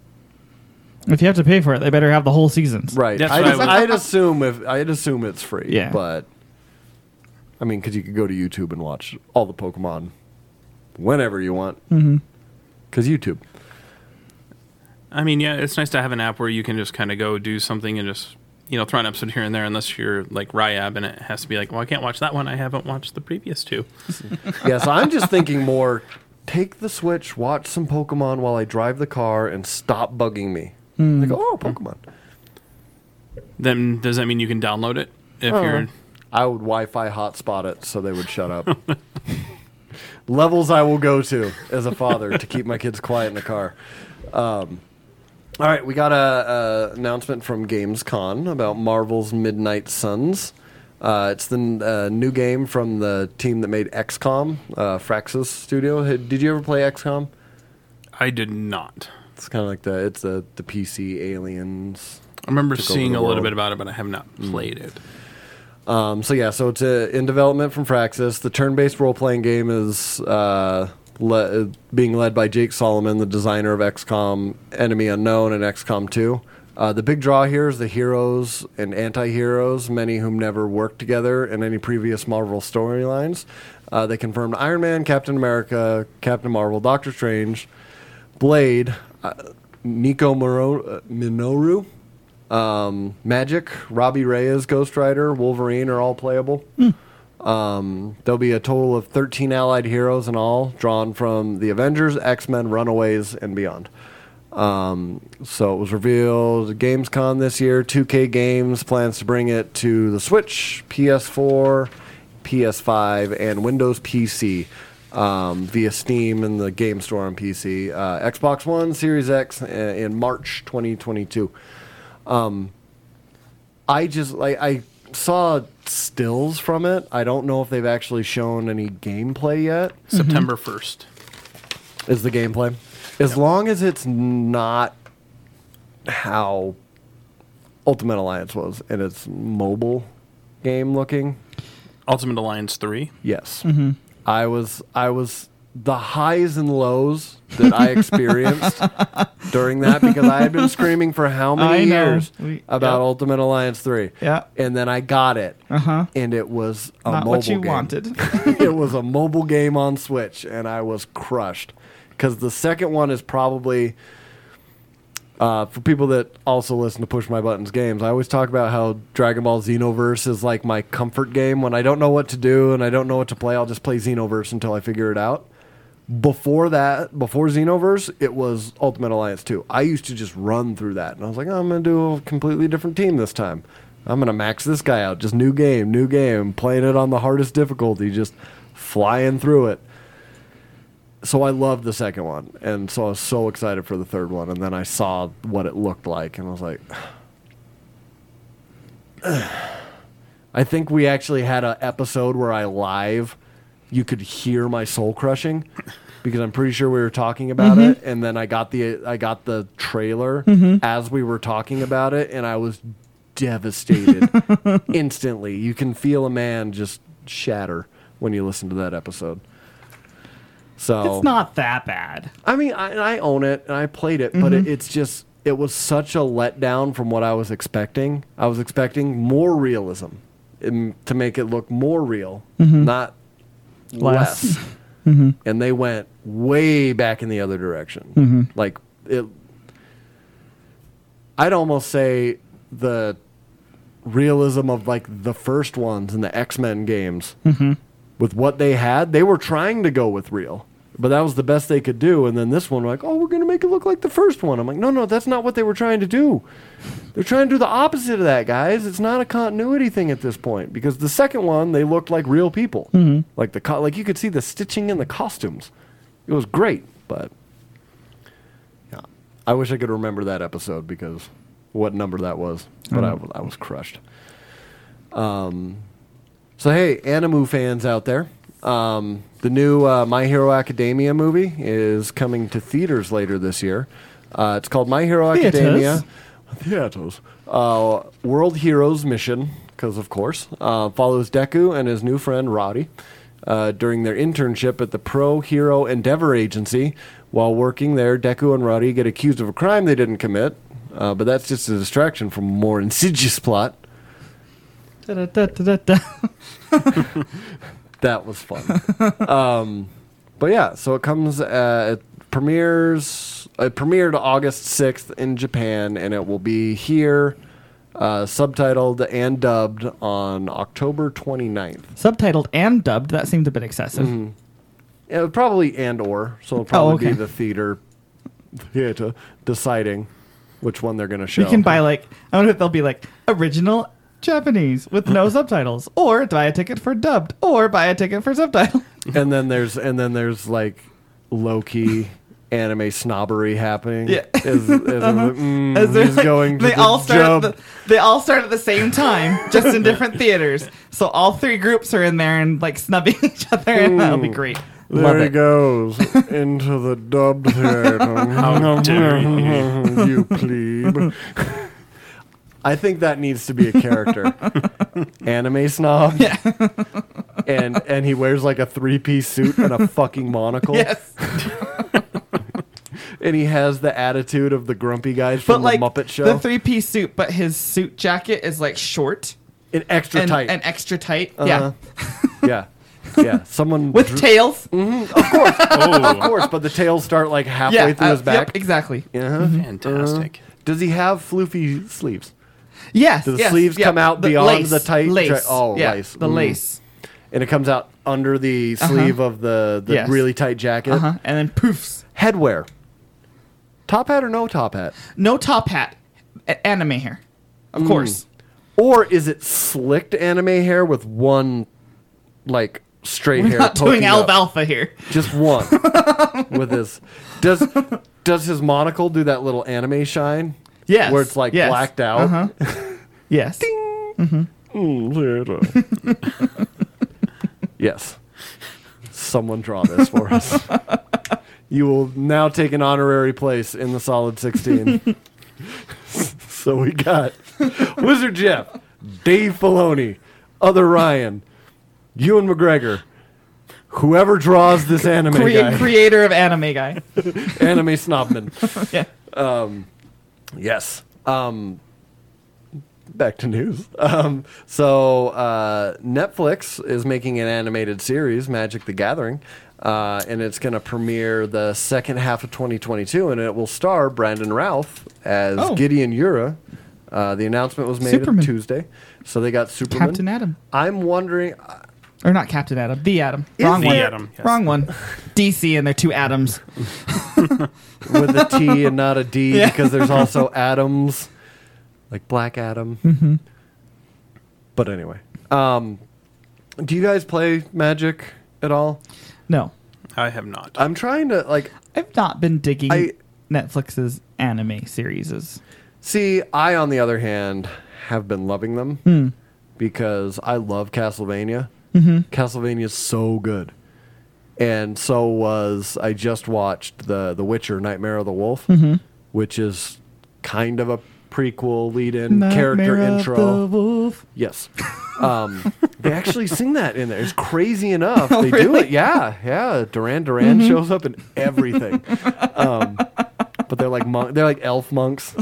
Speaker 4: If you have to pay for it, they better have the whole seasons.
Speaker 2: right.
Speaker 5: That's
Speaker 2: I'd,
Speaker 5: what I
Speaker 2: I'd
Speaker 5: was-
Speaker 2: assume if I'd assume it's free.
Speaker 4: Yeah.
Speaker 2: But I mean, because you could go to YouTube and watch all the Pokemon whenever you want. Mm-hmm. Because YouTube.
Speaker 5: I mean, yeah, it's nice to have an app where you can just kind of go do something and just you know throw an episode here and there. Unless you're like Ryab and it has to be like, well, I can't watch that one. I haven't watched the previous two.
Speaker 2: *laughs* yes, I'm just thinking more. Take the Switch, watch some Pokemon while I drive the car, and stop bugging me. They go, oh, Pokemon.
Speaker 5: Then does that mean you can download it if
Speaker 2: Oh.
Speaker 5: you're?
Speaker 2: I would Wi-Fi hotspot it so they would shut up. Levels I will go to as a father to keep my kids quiet in the car. Um, all right, we got a, a announcement from GamesCon about Marvel's Midnight Suns. Uh, it's the n- uh, new game from the team that made XCOM, uh, Fraxis Studio. Had- Did you ever play XCOM?
Speaker 5: I did not.
Speaker 2: It's kind of like the it's the the PC aliens.
Speaker 5: I remember
Speaker 2: Took over
Speaker 5: seeing
Speaker 2: the
Speaker 5: a
Speaker 2: world.
Speaker 5: little
Speaker 2: Mm-hmm.
Speaker 5: bit about it, but I have not played it.
Speaker 2: Um, so yeah, so it's uh in development from Fraxis. The turn-based role-playing game is uh, le- uh, being led by Jake Solomon, the designer of XCOM, Enemy Unknown, and XCOM 2. Uh, the big draw here is the heroes and anti-heroes, many whom never worked together in any previous Marvel storylines. Uh, they confirmed Iron Man, Captain America, Captain Marvel, Doctor Strange, Blade, uh, Nico Moro- uh, Minoru, um, Magic, Robbie Reyes, Ghost Rider, Wolverine are all playable. Um, there'll be a total of 13 allied heroes in all, drawn from the Avengers, X Men, Runaways, and beyond. Um, so it was revealed at GamesCon this year. 2K Games plans to bring it to the Switch, PS4, PS5, and Windows PC um, via Steam and the Game Store on PC, uh, Xbox One, Series X, uh, in March 2022. I just like I saw stills from it. I don't know if they've actually shown any gameplay yet.
Speaker 5: September first.
Speaker 2: Is the gameplay? As long as it's not how Ultimate Alliance was and it's mobile game looking.
Speaker 5: Ultimate
Speaker 4: Mm-hmm.
Speaker 5: Alliance three.
Speaker 2: Yes. I was I was the highs and lows that I
Speaker 4: *laughs*
Speaker 2: experienced during that because I had been screaming for how many
Speaker 4: I know.
Speaker 2: years
Speaker 4: We-
Speaker 2: about
Speaker 4: yep.
Speaker 2: Ultimate Alliance 3.
Speaker 4: Yeah.
Speaker 2: And then I got it.
Speaker 4: Uh-huh.
Speaker 2: And it was a
Speaker 4: Not
Speaker 2: mobile
Speaker 4: what you
Speaker 2: game.
Speaker 4: wanted.
Speaker 2: *laughs* it was a mobile game on Switch, and I was crushed because the second one is probably uh, for people that also listen to Push My Buttons games. I always talk about how Dragon Ball Xenoverse is like my comfort game when I don't know what to do and I don't know what to play. I'll just play Xenoverse until I figure it out. Before that, before Xenoverse, it was Ultimate Alliance 2. I used to just run through that, and I was like, "Oh, I'm going to do a completely different team this time. I'm going to max this guy out. Just new game, new game, playing it on the hardest difficulty, just flying through it so I loved the second one, and so I was so excited for the third one, and then I saw what it looked like, and I was like, I think we actually had an episode where I live, you could hear my soul crushing, because I'm pretty sure we were talking about it, and then I got the I got the trailer as we were talking about it, and I was devastated instantly. You can feel a man just shatter when you listen to that episode. So
Speaker 4: It's not that bad.
Speaker 2: I mean, I, and I own it and I played it, but it, it's just it was such a letdown from what I was expecting. I was expecting more realism um, to make it look more real, not less.
Speaker 4: Less.
Speaker 2: And they went way back in the other direction. Like it, I'd almost say the realism of like the first ones in the X Men games with what they had. They were trying to go with real, but that was the best they could do. And then this one, like, oh, we're going to make it look like the first one. I'm like, no, no, that's not what they were trying to do. They're trying to do the opposite of that, guys. It's not a continuity thing at this point because the second one, they looked like real people. Like the co- like you could see the stitching and the costumes. It was great, but yeah, I wish I could remember that episode because what number that was, but I w I I was crushed. So hey, anime fans out there, um, the new uh, My Hero Academia movie is coming to theaters later this year. Uh, it's called My Hero
Speaker 4: Theaters.
Speaker 2: Academia. Theaters. Uh, World Heroes Mission, because of course, uh, follows Deku and his new friend Roddy uh, during their internship at the Pro Hero Endeavor Agency. While working there, Deku and Roddy get accused of a crime they didn't commit, uh, but that's just a distraction from a more *laughs* insidious plot.
Speaker 4: Da-da-da-da-da.
Speaker 2: That was fun. *laughs* um, but yeah, so it comes, uh, it premieres, it premiered August 6th in Japan, and it will be here, uh, subtitled and dubbed on October 29th.
Speaker 4: *laughs* Subtitled and dubbed. That seemed a bit excessive.
Speaker 2: Mm-hmm. It would probably and or, so it'll probably be
Speaker 4: Oh, okay.
Speaker 2: the theater, theater deciding which one they're going to show.
Speaker 4: You can buy like I wonder if they'll be like original Japanese
Speaker 2: *laughs*
Speaker 4: with no subtitles, or buy a ticket for dubbed, or buy a ticket for subtitle.
Speaker 2: *laughs* and then there's and then there's like low key anime snobbery happening.
Speaker 4: Yeah.
Speaker 2: Is, is,
Speaker 4: *laughs*
Speaker 2: mm,
Speaker 4: As they're,
Speaker 2: he's
Speaker 4: like-
Speaker 2: going to
Speaker 4: *laughs* they
Speaker 2: the
Speaker 4: all start.
Speaker 2: job.
Speaker 4: At the, they all start at the same time, just
Speaker 2: *laughs*
Speaker 4: in different theaters. So all three groups are in there and like snubbing *laughs* each other, and that'll be great.
Speaker 2: There
Speaker 4: Love
Speaker 2: he
Speaker 4: it.
Speaker 2: goes *laughs* into the dubbed theater. *laughs* How
Speaker 5: dare
Speaker 2: you. plebe. I think that needs to be a *laughs* character. Anime snob. Yeah. and and he wears like a three piece suit and a fucking monocle. *laughs*
Speaker 4: Yes,
Speaker 2: And he has the attitude of the grumpy guys
Speaker 4: but
Speaker 2: from
Speaker 4: like
Speaker 2: the Muppet Show.
Speaker 4: the three-piece suit, but his suit jacket is like short
Speaker 2: and extra
Speaker 4: and,
Speaker 2: tight.
Speaker 4: and extra tight.
Speaker 2: Uh-huh.
Speaker 4: Yeah,
Speaker 2: yeah. Yeah. *laughs* Someone
Speaker 4: with
Speaker 2: drew-
Speaker 4: tails. Mm-hmm.
Speaker 2: of
Speaker 5: Oh,
Speaker 2: course, but the tails start like halfway
Speaker 4: yeah,
Speaker 2: through
Speaker 4: uh,
Speaker 2: his back.
Speaker 4: Yep, exactly.
Speaker 2: Uh-huh.
Speaker 5: fantastic.
Speaker 2: Does he have floofy sleeves?
Speaker 4: Yes.
Speaker 2: Do the
Speaker 4: yes,
Speaker 2: sleeves
Speaker 4: yep.
Speaker 2: come out
Speaker 4: The
Speaker 2: beyond
Speaker 4: lace,
Speaker 2: the tight
Speaker 4: Lace.
Speaker 2: tra- oh,
Speaker 4: yeah,
Speaker 2: lace.
Speaker 4: The
Speaker 2: Mm.
Speaker 4: lace.
Speaker 2: and it comes out under the sleeve of the, the
Speaker 4: Uh-huh. Yes.
Speaker 2: really tight jacket.
Speaker 4: Uh huh. And then poofs.
Speaker 2: Headwear. Top hat or no top hat?
Speaker 4: No top hat. A- anime hair. Of
Speaker 2: Mm.
Speaker 4: course.
Speaker 2: Or is it slicked anime hair with one, like, straight hair?
Speaker 4: Not doing
Speaker 2: poking up?
Speaker 4: alfalfa here.
Speaker 2: Just
Speaker 4: *laughs*
Speaker 2: one. with his. Does does his monocle do that little anime shine?
Speaker 4: Yes,
Speaker 2: Where it's, like,
Speaker 4: yes.
Speaker 2: blacked out?
Speaker 4: Uh-huh. Yes.
Speaker 2: *laughs* Yes. Someone draw this for us. you will now take an honorary place in the solid 16. *laughs* so we got Wizard Jeff, Dave Filoni, Other Ryan, Ewan McGregor, Whoever draws this anime
Speaker 4: Crea-
Speaker 2: guy,
Speaker 4: creator of
Speaker 2: *laughs*
Speaker 4: anime guy.
Speaker 2: anime snobman.
Speaker 4: yeah.
Speaker 2: Yes. Um, back to news. Um, so uh, Netflix is making an animated series, Magic the Gathering, uh, and it's going to premiere the second half of 2022, and it will star Brandon Routh as
Speaker 4: Oh.
Speaker 2: Gideon Ura. Uh, the announcement was made on
Speaker 4: Superman.
Speaker 2: Tuesday, so they got Superman.
Speaker 4: Captain Adam.
Speaker 2: I'm wondering. uh,
Speaker 4: Or not Captain Adam. The Adam. Wrong
Speaker 5: The
Speaker 4: one.
Speaker 5: Adam, yes.
Speaker 4: Wrong one. DC and their two Adams.
Speaker 2: with a T and not a D
Speaker 4: Yeah.
Speaker 2: because there's also atoms, like Black Adam. But anyway, um, do you guys play Magic at all?
Speaker 4: No.
Speaker 5: I have not.
Speaker 2: I'm trying to like
Speaker 4: I've not been digging
Speaker 2: I-
Speaker 4: Netflix's anime series.
Speaker 2: see. I on the other hand have been loving them because I love Castlevania. Castlevania is so good. And so was I just watched the The Witcher: Nightmare of the Wolf, which is kind of a prequel lead-in character intro. Yes. Um, they actually sing that in there. It's crazy enough. they do it. Yeah. Yeah. Duran Duran shows up in everything. Um, but they're like monk, they're like elf monks.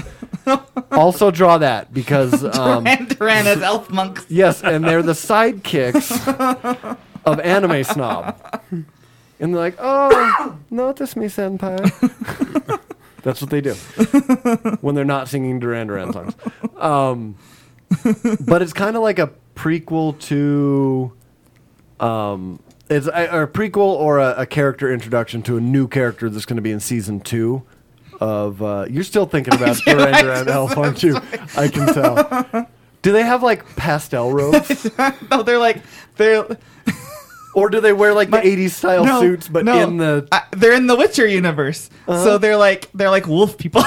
Speaker 2: also draw that because um,
Speaker 4: and Duran as elf
Speaker 2: *laughs*
Speaker 4: monks.
Speaker 2: yes, and they're the sidekicks of anime snob. And they're like, "Oh, notice me, senpai." That's what they do when they're not singing Duran Duran songs. *laughs* Um, but it's kind of like a prequel to, um, it's a, or a prequel or a, a character introduction to a new character that's going to be in season two. Of uh, you're still thinking
Speaker 4: *laughs*
Speaker 2: about Duran
Speaker 4: I
Speaker 2: Duran
Speaker 4: just-
Speaker 2: Elf, aren't you? I can
Speaker 4: *laughs*
Speaker 2: tell. Do they have like pastel robes,
Speaker 4: no, they're like they're
Speaker 2: or do they wear like the '80s style
Speaker 4: no,
Speaker 2: suits, but
Speaker 4: no.
Speaker 2: in the Uh-huh.
Speaker 4: I- they're in the Witcher universe. So they're like they're like wolf people.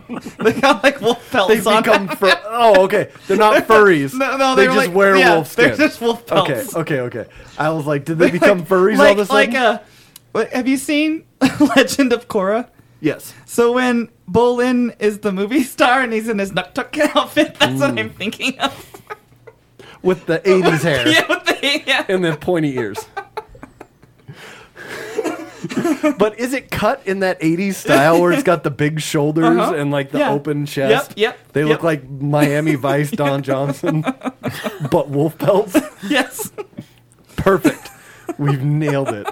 Speaker 4: *laughs* they got like wolf pelts
Speaker 2: they
Speaker 4: on.
Speaker 2: become fur- *laughs* oh okay they're not furries
Speaker 4: *laughs* No, no,
Speaker 2: they
Speaker 4: they're
Speaker 2: just
Speaker 4: like-
Speaker 2: wear
Speaker 4: yeah,
Speaker 2: wolf skin
Speaker 4: they're just wolf pelts.
Speaker 2: okay okay okay I was like did *laughs* they
Speaker 4: *laughs*
Speaker 2: become furries
Speaker 4: like,
Speaker 2: all of a
Speaker 4: like
Speaker 2: sudden
Speaker 4: a. what- Have you seen *laughs* Legend of Korra?
Speaker 2: yes
Speaker 4: So when Bolin is the movie *laughs* star and he's in his Nuktuk outfit, that's what I'm thinking of. *laughs*
Speaker 2: with the '80s hair
Speaker 4: yeah, with the, yeah.
Speaker 2: and the pointy ears *laughs* but is it cut in that '80s style where it's got the big shoulders
Speaker 4: Uh-huh.
Speaker 2: and like the
Speaker 4: Yeah.
Speaker 2: open chest
Speaker 4: yep,
Speaker 2: they
Speaker 4: yep.
Speaker 2: look like Miami Vice Don Johnson *laughs* but wolf pelts
Speaker 4: *laughs* yes.
Speaker 2: perfect we've nailed it.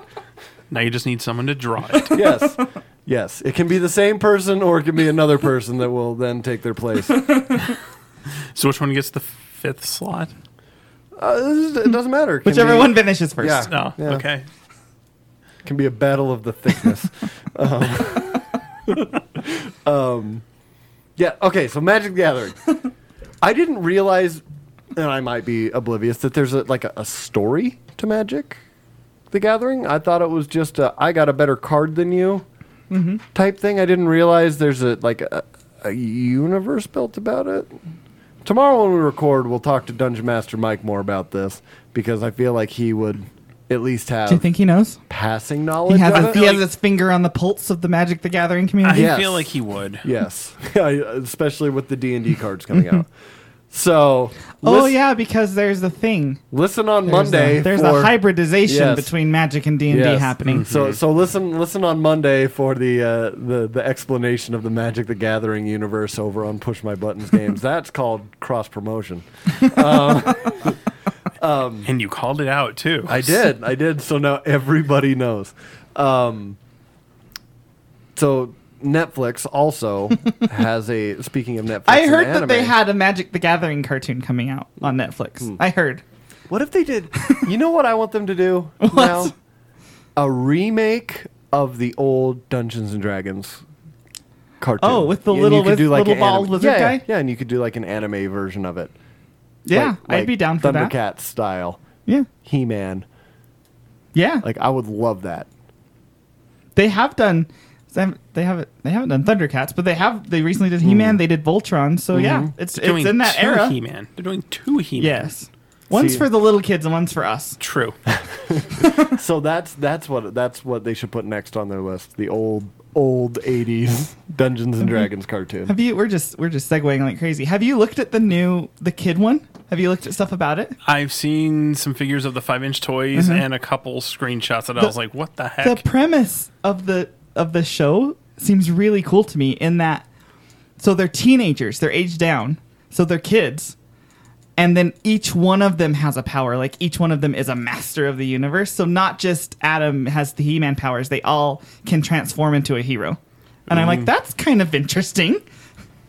Speaker 5: now you just need someone to draw
Speaker 2: *laughs*
Speaker 5: it.
Speaker 2: yes. Yes. It can be the same person or it can be another person that will then take their place. Uh,
Speaker 5: so which one gets the fifth slot?
Speaker 2: this is- it doesn't matter. It can
Speaker 4: Whichever
Speaker 2: be-
Speaker 4: one finishes first.
Speaker 2: Yeah.
Speaker 5: No.
Speaker 2: Yeah.
Speaker 5: Oh, Okay.
Speaker 2: can be a battle of the
Speaker 4: *laughs*
Speaker 2: thickness. um, um, *laughs* yeah. Okay. So Magic the Gathering. I didn't realize, and I might be oblivious, that there's a, like a, a story to Magic the Gathering. I thought it was just a, I got a better card than you
Speaker 4: Mm-hmm.
Speaker 2: type thing. I didn't realize there's a like a, a universe built about it. Tomorrow when we record, we'll talk to Dungeon Master Mike more about this because I feel like he would at least have
Speaker 4: Do you think he knows?
Speaker 2: passing knowledge.
Speaker 4: He has,
Speaker 2: of
Speaker 4: his,
Speaker 2: it?
Speaker 4: he has
Speaker 5: like-
Speaker 4: his finger on the pulse of the Magic the Gathering community.
Speaker 5: I
Speaker 2: Yes.
Speaker 5: feel like he would.
Speaker 2: yes, *laughs* I- especially with the D and D cards coming
Speaker 4: *laughs*
Speaker 2: out. So,
Speaker 4: Oh
Speaker 2: lis-
Speaker 4: yeah, because there's a thing.
Speaker 2: listen on
Speaker 4: There's
Speaker 2: Monday.
Speaker 4: a, there's
Speaker 2: for,
Speaker 4: a hybridization
Speaker 2: Yes.
Speaker 4: between Magic and D and D
Speaker 2: Yes. Mm-hmm.
Speaker 4: happening. Mm-hmm.
Speaker 2: So, so listen, listen on Monday for the uh, the the explanation of the Magic the Gathering universe over on Push My
Speaker 4: *laughs*
Speaker 2: Buttons games. That's called cross promotion.
Speaker 5: And you called it out too.
Speaker 2: I did. *laughs* I did. So now everybody knows. Um, so Netflix
Speaker 4: *laughs*
Speaker 2: also has a. Speaking of Netflix,
Speaker 4: I
Speaker 2: and
Speaker 4: heard that they
Speaker 2: anime- Hmm.
Speaker 4: had a Magic the Gathering cartoon coming out on Netflix. I heard.
Speaker 2: What if they did? You know what I want them to
Speaker 4: *laughs*
Speaker 2: do now? A remake of the old Dungeons and Dragons cartoon.
Speaker 4: Oh, with the
Speaker 2: And you
Speaker 4: little
Speaker 2: could
Speaker 4: wiz-
Speaker 2: like
Speaker 4: little
Speaker 2: an
Speaker 4: bald lizard
Speaker 2: yeah,
Speaker 4: guy?
Speaker 2: Yeah, yeah, and you could do like an anime version of it.
Speaker 4: Yeah,
Speaker 2: Like-
Speaker 4: I'd
Speaker 2: like
Speaker 4: be down for that.
Speaker 2: Thundercat style,
Speaker 4: Yeah,
Speaker 2: He-Man.
Speaker 4: yeah.
Speaker 2: Like I would love that.
Speaker 4: they have done. They haven't, they haven't. They haven't done Thundercats, but they have. They recently did He Man.
Speaker 2: Hmm.
Speaker 4: They did Voltron. So yeah,
Speaker 2: Mm-hmm.
Speaker 4: it's
Speaker 5: They're doing
Speaker 4: it's in that
Speaker 5: two
Speaker 4: era.
Speaker 5: He-Man. They're doing two He-Man.
Speaker 4: Yes, one's
Speaker 2: See-
Speaker 4: for the little kids and one's for us.
Speaker 5: True. *laughs*
Speaker 2: So that's that's what that's what they should put next on their list. The old old
Speaker 4: *laughs*
Speaker 2: 80s
Speaker 4: Mm-hmm.
Speaker 2: Dungeons and Dragons cartoon.
Speaker 4: Have you? We're just we're just segueing like crazy. Have you looked at the new the kid one? Have you looked at stuff about it?
Speaker 5: I've seen some figures of the five inch toys and a couple screenshots that I was like, what the
Speaker 4: Mm-hmm. the
Speaker 5: heck?
Speaker 4: premise of the of the show seems really cool to me in that so they're teenagers they're aged down so they're kids and then each one of them has a power like each one of them is a master of the universe so not just adam has the he-man powers they all can transform into a hero and i'm
Speaker 5: Mm.
Speaker 4: like that's kind of interesting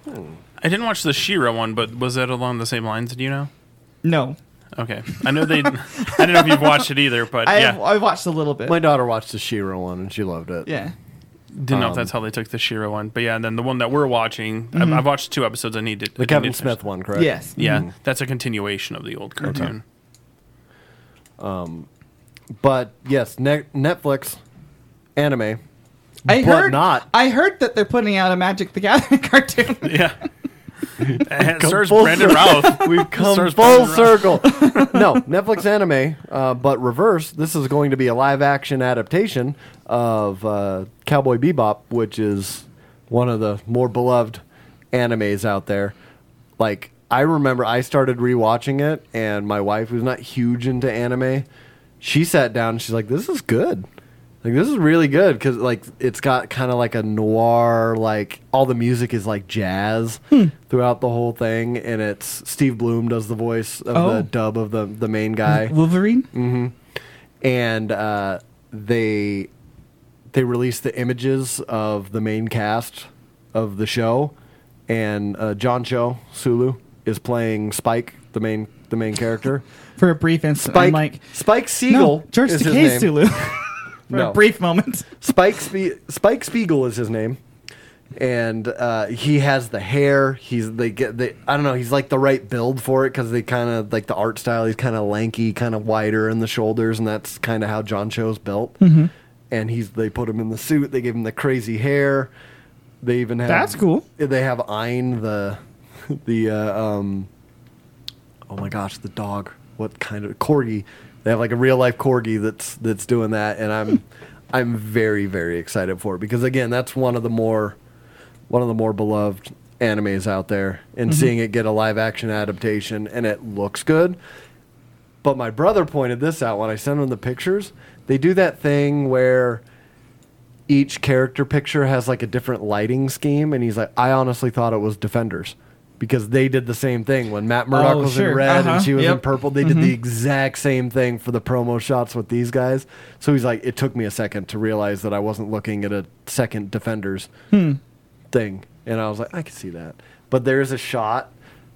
Speaker 5: I didn't watch the Shira one, but was that along the same lines? Do you know?
Speaker 4: no
Speaker 5: Okay, I know they. *laughs* I don't know if you've watched it either,
Speaker 4: *laughs*
Speaker 5: but
Speaker 4: i
Speaker 5: yeah,
Speaker 4: i watched a little bit
Speaker 2: My daughter watched the Shira one and she loved it.
Speaker 4: yeah
Speaker 5: didn't
Speaker 4: Um,
Speaker 5: know if that's how they took the Shira one, but yeah, and then the one that we're watching,
Speaker 4: Mm-hmm.
Speaker 5: I've, I've watched two episodes. I need to.
Speaker 2: The Kevin Smith one, correct?
Speaker 4: yes
Speaker 5: Yeah, that's a continuation of the old cartoon. *laughs*
Speaker 2: But yes, ne- Netflix anime.
Speaker 4: i
Speaker 2: But
Speaker 4: heard
Speaker 2: not.
Speaker 4: i heard that they're putting out a magic the gathering cartoon
Speaker 2: *laughs*
Speaker 5: Yeah, it stars
Speaker 2: full
Speaker 5: Brandon
Speaker 2: *laughs*
Speaker 5: Routh.
Speaker 2: We've come
Speaker 5: Stars
Speaker 2: full
Speaker 5: Brandon
Speaker 2: circle. *laughs* no, Netflix anime, uh, but reverse. This is going to be a live action adaptation of uh, Cowboy Bebop, which is one of the more beloved animes out there. Like, I remember I started rewatching it, and my wife, who's not huge into anime, she sat down and she's like, This is good. Like this is really good because like it's got kind of like a noir like all the music is like jazz throughout the whole thing and it's Steve Bloom does the voice of
Speaker 4: Oh.
Speaker 2: the dub of the the main guy
Speaker 4: *laughs* wolverine
Speaker 2: and uh, they they released the images of the main cast of the show and uh, John Cho Sulu is playing Spike the main the main
Speaker 4: *laughs*
Speaker 2: character
Speaker 4: for a brief instant
Speaker 2: Spike
Speaker 4: i'm like
Speaker 2: Spike Siegel
Speaker 4: No, George
Speaker 2: is his
Speaker 4: Takei
Speaker 2: name.
Speaker 4: Sulu. *laughs* For
Speaker 2: No.
Speaker 4: a brief moment.
Speaker 2: Spike Spe- Spike Spiegel is his name, and uh, he has the hair. He's they get they I don't know. He's like the right build for it because they kind of like the art style. He's kind of lanky, kind of wider in the shoulders, and that's kind of how John Cho's built.
Speaker 4: Mm-hmm.
Speaker 2: And he's they put him in the suit. They give him the crazy hair. They even have
Speaker 4: That's cool.
Speaker 2: They have Ein the the uh, um oh my gosh, the dog. What kind of corgi? They have like a real life corgi that's that's doing that, and I'm I'm very very excited for it because again, that's one of the more one of the more beloved animes out there, and
Speaker 4: Mm-hmm.
Speaker 2: seeing it get a live action adaptation and it looks good. But my brother pointed this out when I sent him the pictures. They do that thing where each character picture has like a different lighting scheme, and he's like, I honestly thought it was Defenders because they did the same thing when Matt Murdock
Speaker 4: Oh,
Speaker 2: was
Speaker 4: sure.
Speaker 2: in red
Speaker 4: Uh-huh.
Speaker 2: and she was in
Speaker 4: Yep.
Speaker 2: purple. They did the exact same thing for the promo shots with these guys. So he's like, it took me a second to realize that I wasn't looking at a second Defenders thing. And I was like, I can see that. But there's a shot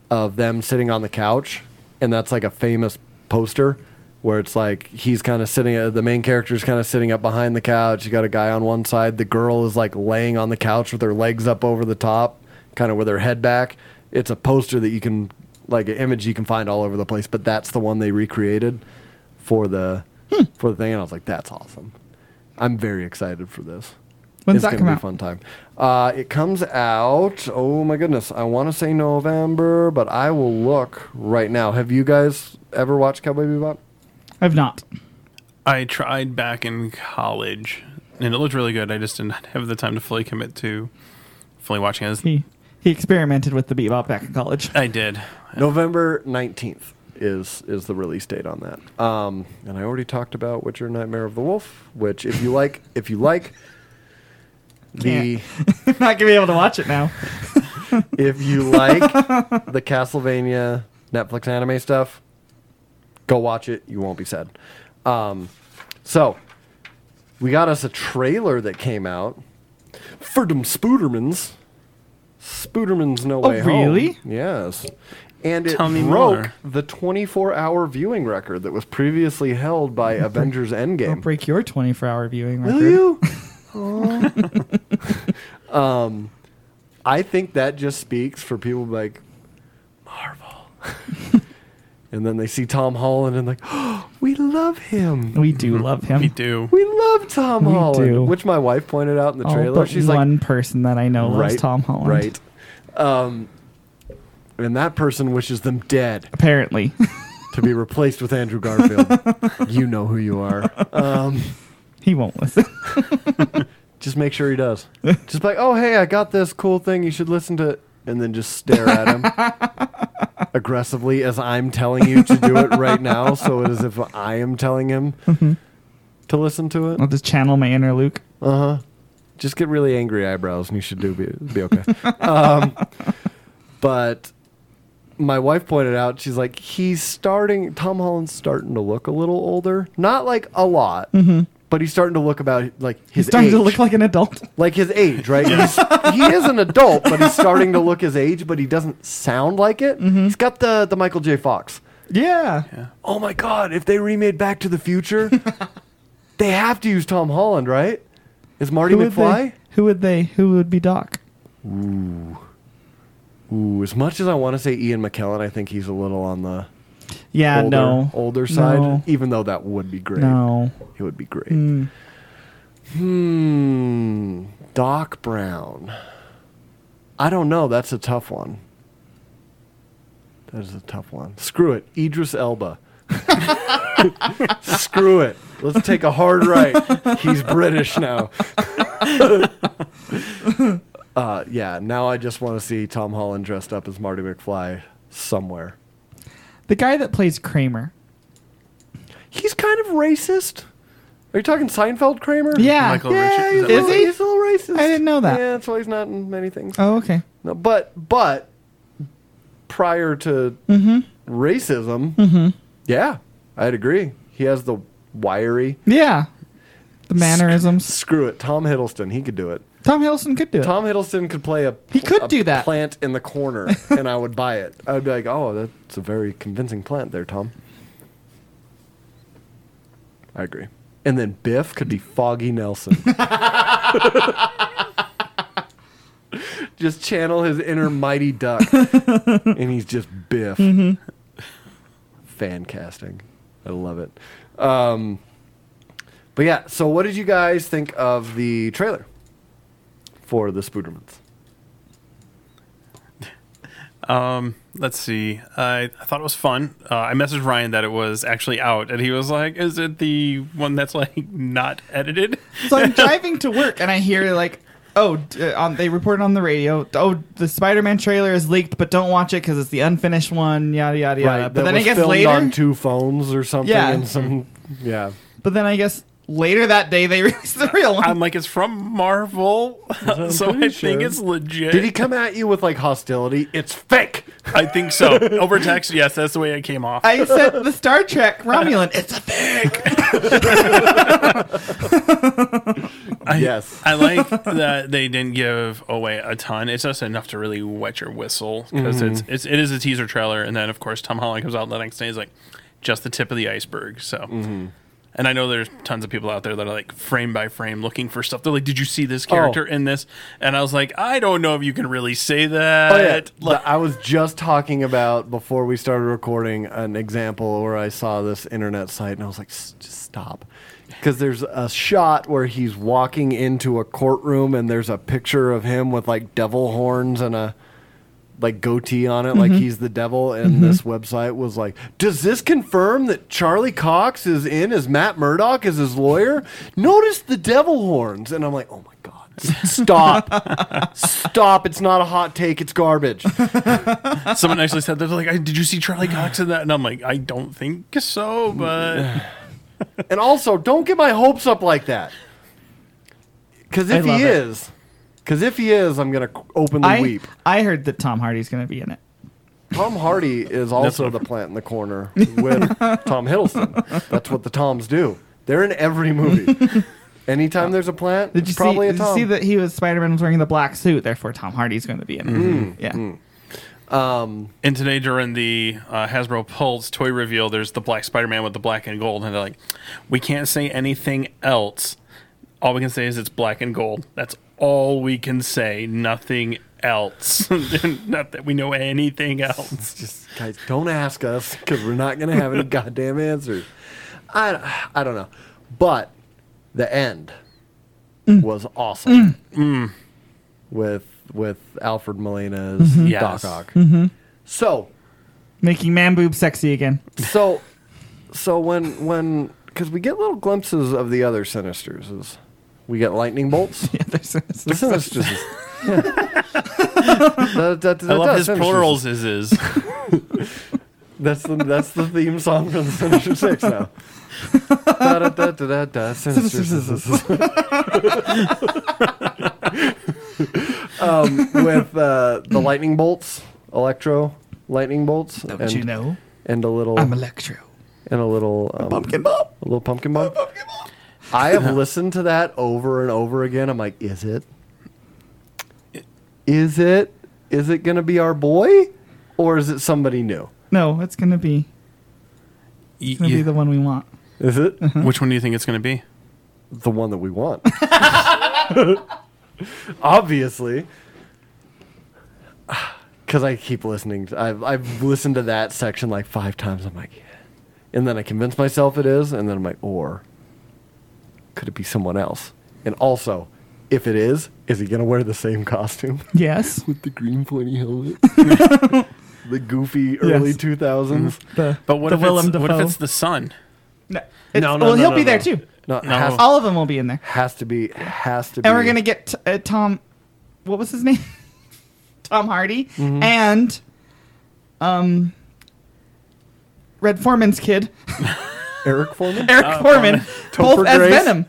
Speaker 2: of them sitting on the couch, and that's like a famous poster where it's like he's kind of sitting, uh, the main character's kind of sitting up behind the couch. You got a guy on one side. The girl is like laying on the couch with her legs up over the top, kind of with her head back. It's a poster that you can, like an image you can find all over the place, but that's the one they recreated for the for the thing. And I was like, that's awesome. I'm very excited for this.
Speaker 4: When's
Speaker 2: it's gonna
Speaker 4: that come
Speaker 2: be
Speaker 4: out?
Speaker 2: Fun time. Uh, it comes out. Oh my goodness, I want to say November, but I will look right now. Have you guys ever watched Cowboy Bebop?
Speaker 4: I've not.
Speaker 5: I tried back in college, and it looked really good. I just did not *laughs* have the time to fully commit to fully watching it.
Speaker 4: He he experimented with the bebop back in college. *laughs*
Speaker 5: I did.
Speaker 2: November nineteenth is is the release date on that. Um, and I already talked about Witcher: Nightmare of the Wolf, which if you like, if you like. The
Speaker 4: I'm not gonna be able to watch it now.
Speaker 2: if you like the Castlevania Netflix anime stuff, go watch it. You won't be sad. Um, so we got us a trailer that came out for them Spoodermans. Spoodermans No Way Home.
Speaker 4: really?
Speaker 2: Yes. And it
Speaker 5: Oh, Tell me
Speaker 2: broke
Speaker 5: more.
Speaker 2: the 24-hour viewing record that was previously held
Speaker 5: *laughs*
Speaker 2: by Avengers Endgame.
Speaker 4: I'll break your 24 hour viewing record.
Speaker 2: Will you? um,
Speaker 4: *laughs*
Speaker 2: I think that just speaks for people like Marvel,
Speaker 4: *laughs*
Speaker 2: and then they see Tom Holland and like, *gasps* oh, we love him.
Speaker 4: We do love him.
Speaker 5: We do.
Speaker 2: Mm-hmm. We love Tom
Speaker 4: We
Speaker 2: Holland,
Speaker 4: do.
Speaker 2: which my wife pointed out in the
Speaker 4: All
Speaker 2: trailer.
Speaker 4: but
Speaker 2: She's like,
Speaker 4: one person that I know loves Tom Holland.
Speaker 2: right? Um, and that person wishes them dead
Speaker 4: Apparently. *laughs*
Speaker 2: to be replaced with Andrew Garfield. you know who you are. Um,
Speaker 4: he won't listen.
Speaker 2: Just make sure he
Speaker 4: *laughs*
Speaker 2: does. just
Speaker 4: *laughs*
Speaker 2: be like, oh hey, I got this cool thing. You should listen to, it," and then just stare at him. aggressively as I'm telling you to do it right now. So it is if I am telling him
Speaker 4: Mm-hmm.
Speaker 2: to listen to it.
Speaker 4: I'll just channel my inner Luke.
Speaker 2: just get really angry eyebrows and you should do be, be okay.
Speaker 4: *laughs*
Speaker 2: um, but my wife pointed out, she's like, he's starting, Tom Holland's starting to look a little older. Not like a lot, but he's starting to look about like his
Speaker 4: Mm-hmm. He's starting
Speaker 2: age.
Speaker 4: to look like an adult.
Speaker 2: like his age, right? He's, he is an adult, but he's starting to look his age, but he doesn't sound like it.
Speaker 4: Mm-hmm.
Speaker 2: He's got the, the Michael J. Fox.
Speaker 4: Yeah.
Speaker 2: Oh my God, if they remade Back to the
Speaker 4: *laughs*
Speaker 2: Future, they have to use Tom Holland, right? Is Marty
Speaker 4: Who would,
Speaker 2: McFly?
Speaker 4: they, who would they? Who would be Doc?
Speaker 2: Ooh, as much as I want to say Ian McKellen, I think he's a little on the
Speaker 4: Yeah.
Speaker 2: older,
Speaker 4: no.
Speaker 2: older side.
Speaker 4: No.
Speaker 2: Even though that would be great.
Speaker 4: No.
Speaker 2: It would be great.
Speaker 4: Mm.
Speaker 2: Hmm. Doc Brown. I don't know. That's a tough one. That is a tough one. Screw it. Idris Elba. *laughs* Screw it. Let's take a hard right. He's British now. *laughs* uh, yeah, now I just want to see Tom Holland dressed up as Marty McFly somewhere.
Speaker 4: The guy that plays Kramer.
Speaker 2: He's kind of racist. Are you talking Seinfeld Kramer?
Speaker 4: Yeah.
Speaker 5: Michael
Speaker 2: Yeah,
Speaker 5: Richards.
Speaker 2: he's,
Speaker 5: Is
Speaker 2: a
Speaker 5: that what-
Speaker 4: Is
Speaker 2: little-
Speaker 4: he?
Speaker 2: he's a little racist.
Speaker 4: I didn't know that.
Speaker 2: Yeah, that's why he's not in many things.
Speaker 4: Oh, okay.
Speaker 2: No, but but prior to
Speaker 4: Mm-hmm.
Speaker 2: racism, yeah, I'd agree. He has the wiry.
Speaker 4: Yeah. The mannerisms.
Speaker 2: Screw it, Tom Hiddleston. He could do it.
Speaker 4: Tom Hiddleston could do it.
Speaker 2: Tom Hiddleston could play a
Speaker 4: He could
Speaker 2: a
Speaker 4: do that.
Speaker 2: plant in the
Speaker 4: *laughs*
Speaker 2: corner, and I would buy it. I'd be like, oh, that's a very convincing plant there, Tom. I agree. And then Biff could be Foggy
Speaker 4: *laughs*
Speaker 2: Nelson. just channel his inner mighty
Speaker 4: *laughs*
Speaker 2: duck, and he's just Biff.
Speaker 4: Mm-hmm.
Speaker 2: Fan casting, I love it. Um, but yeah, so what did you guys think of the trailer? for the Spoodermans.
Speaker 5: Um, let's see. I, I thought it was fun. Uh, I messaged Ryan that it was actually out, and he was like, "Is it the one that's like not edited?" *laughs*
Speaker 4: so I'm driving to work and I hear like, oh, d- uh, um, they reported on the radio. Oh, the Spider-Man trailer is leaked, but don't watch it because it's the unfinished one. Yada yada yada. but then I guess later.
Speaker 2: on two phones or something.
Speaker 4: Yeah.
Speaker 2: and some yeah.
Speaker 4: but then I guess later that day they *laughs* released the real one.
Speaker 5: I'm like, "It's from Marvel," *laughs* so I
Speaker 2: pretty sure.
Speaker 5: think it's legit.
Speaker 2: Did he come at you with like hostility? It's fake.
Speaker 5: I think so. Over text, yes, that's the way it came off.
Speaker 4: I said the Star Trek Romulan. It's a fake.
Speaker 5: I-
Speaker 2: *laughs* Yes.
Speaker 5: I like that they didn't give away a ton. It's just enough to really wet your whistle because it's,
Speaker 2: Mm-hmm.
Speaker 5: it's it is a teaser trailer, and then of course Tom Holland comes out the next day. He's like, just the tip of the iceberg. So,
Speaker 2: Mm-hmm.
Speaker 5: and I know there's tons of people out there that are like frame by frame looking for stuff. They're like, did you see this character
Speaker 2: Oh.
Speaker 5: in this? And I was like, I don't know if you can really say that.
Speaker 2: Oh, yeah.
Speaker 5: Like,
Speaker 2: I was just talking about before we started recording an example where I saw this internet site and I was like, "S- just stop. Because there's a shot where he's walking into a courtroom and there's a picture of him with like devil horns and a like goatee on it, like he's the devil. And this website was like, does this confirm that Charlie Cox is in as Matt Murdock as his lawyer? Notice the devil horns. And I'm like, oh my God, s- stop. stop. It's not a hot take, it's
Speaker 4: *laughs*
Speaker 2: garbage.
Speaker 5: Someone actually said that. They're like, I, did you see Charlie Cox in that? And I'm like, I don't think
Speaker 2: *laughs*
Speaker 5: so, but
Speaker 2: And also, don't get my hopes up like that. Because
Speaker 4: I
Speaker 2: if
Speaker 4: love
Speaker 2: he
Speaker 4: it.
Speaker 2: is, because if he is, I'm gonna qu- openly
Speaker 4: I,
Speaker 2: weep.
Speaker 4: I heard that Tom Hardy's going to be in it.
Speaker 2: Tom Hardy
Speaker 4: *laughs*
Speaker 2: is also the plant in the corner with Tom Hiddleston. That's what the Toms do. They're in every
Speaker 4: *laughs*
Speaker 2: movie. Anytime there's a plant,
Speaker 4: Did
Speaker 2: it's
Speaker 4: you
Speaker 2: probably
Speaker 4: see?
Speaker 2: a
Speaker 4: Did you
Speaker 2: Tom.
Speaker 4: see that he was Spider-Man was wearing the black suit? Therefore, Tom Hardy's going to be in it.
Speaker 2: Mm-hmm.
Speaker 4: yeah.
Speaker 5: And today during the uh, Hasbro Pulse toy reveal, there's the Black Spider-Man with the black and gold, and they're like, "We can't say anything else. All we can say is it's black and gold. That's all we can say. Nothing else. *laughs* Not that we know anything else."
Speaker 2: Just guys, don't ask us because we're not gonna have any goddamn answers. I I don't know, but the end was awesome.
Speaker 5: Mm.
Speaker 2: With with Alfred Molina as
Speaker 5: Yes.
Speaker 2: Doc Ock. So
Speaker 4: Making man boob sexy again. *laughs*
Speaker 2: so so when when because we get little glimpses of the other sinisters is we get lightning
Speaker 4: *laughs*
Speaker 2: bolts
Speaker 4: Yeah, there's, there's,
Speaker 2: the sinisters yeah. that, that, that
Speaker 5: I love
Speaker 2: does,
Speaker 5: his
Speaker 2: Sinisters. *laughs*
Speaker 5: plurals. Is is
Speaker 2: That's the that's the theme song for the *laughs* Sinister Six now. Da-da-da-da-da-da, Sinister Six. um, with uh, the lightning bolts, electro lightning bolts,
Speaker 4: Don't
Speaker 2: and,
Speaker 4: you know?
Speaker 2: and a little
Speaker 4: I'm Electro.
Speaker 2: and a little um,
Speaker 4: Pumpkin Bob.
Speaker 2: a little pumpkin bump. I have listened to that over and over again. I'm like, is it? Is it? Is it going to be our boy, or is it somebody new?
Speaker 4: No, it's gonna be
Speaker 5: Y-
Speaker 4: it's gonna
Speaker 5: yeah.
Speaker 4: be the one we want.
Speaker 2: Is it
Speaker 5: Which one do you think it's going to be?
Speaker 2: the one that we
Speaker 4: *laughs*
Speaker 2: want? *laughs* Obviously, *sighs* because I keep listening. I've I've listened to that section like five times. I'm like, yeah. and then I convince myself it is, and then I'm like, or could it be someone else? And also, if it is, is he going to wear the same costume? *laughs*
Speaker 4: Yes.
Speaker 2: with the green pointy helmet, the goofy early
Speaker 4: Yes. Mm-hmm.
Speaker 2: two thousands.
Speaker 4: The,
Speaker 5: But what
Speaker 4: the
Speaker 5: if
Speaker 4: Willem
Speaker 5: it's, what if
Speaker 4: Dafoe.
Speaker 5: it's the sun?
Speaker 4: No,
Speaker 2: No,
Speaker 4: it's,
Speaker 2: no,
Speaker 4: well,
Speaker 2: no,
Speaker 4: he'll
Speaker 2: no,
Speaker 4: be
Speaker 2: no. Oh.
Speaker 4: there too.
Speaker 2: No,
Speaker 5: No.
Speaker 2: Has,
Speaker 4: All of them will be in there.
Speaker 2: has to be, has to be.
Speaker 4: And we're gonna get t- uh, Tom. What was his name? *laughs* Tom Hardy and um, Red Foreman's kid,
Speaker 2: Eric Foreman.
Speaker 4: Eric Foreman, both
Speaker 2: Topher
Speaker 4: as
Speaker 2: Grace.
Speaker 4: Venom.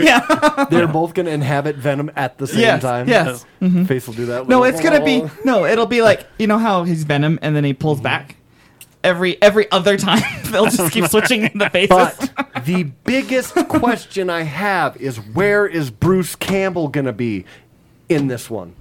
Speaker 4: *laughs* yeah.
Speaker 2: They're both gonna inhabit Venom at the same
Speaker 4: Yes,
Speaker 2: time.
Speaker 4: yes.
Speaker 2: Face will do that.
Speaker 4: Mm-hmm. No,
Speaker 2: little-
Speaker 4: it's gonna be no. It'll be like you know how he's Venom and then he pulls back. Every every other time *laughs* they'll
Speaker 2: *laughs*
Speaker 4: just keep switching the faces.
Speaker 2: But the
Speaker 4: *laughs*
Speaker 2: biggest question I have is where is Bruce Campbell gonna be in this one?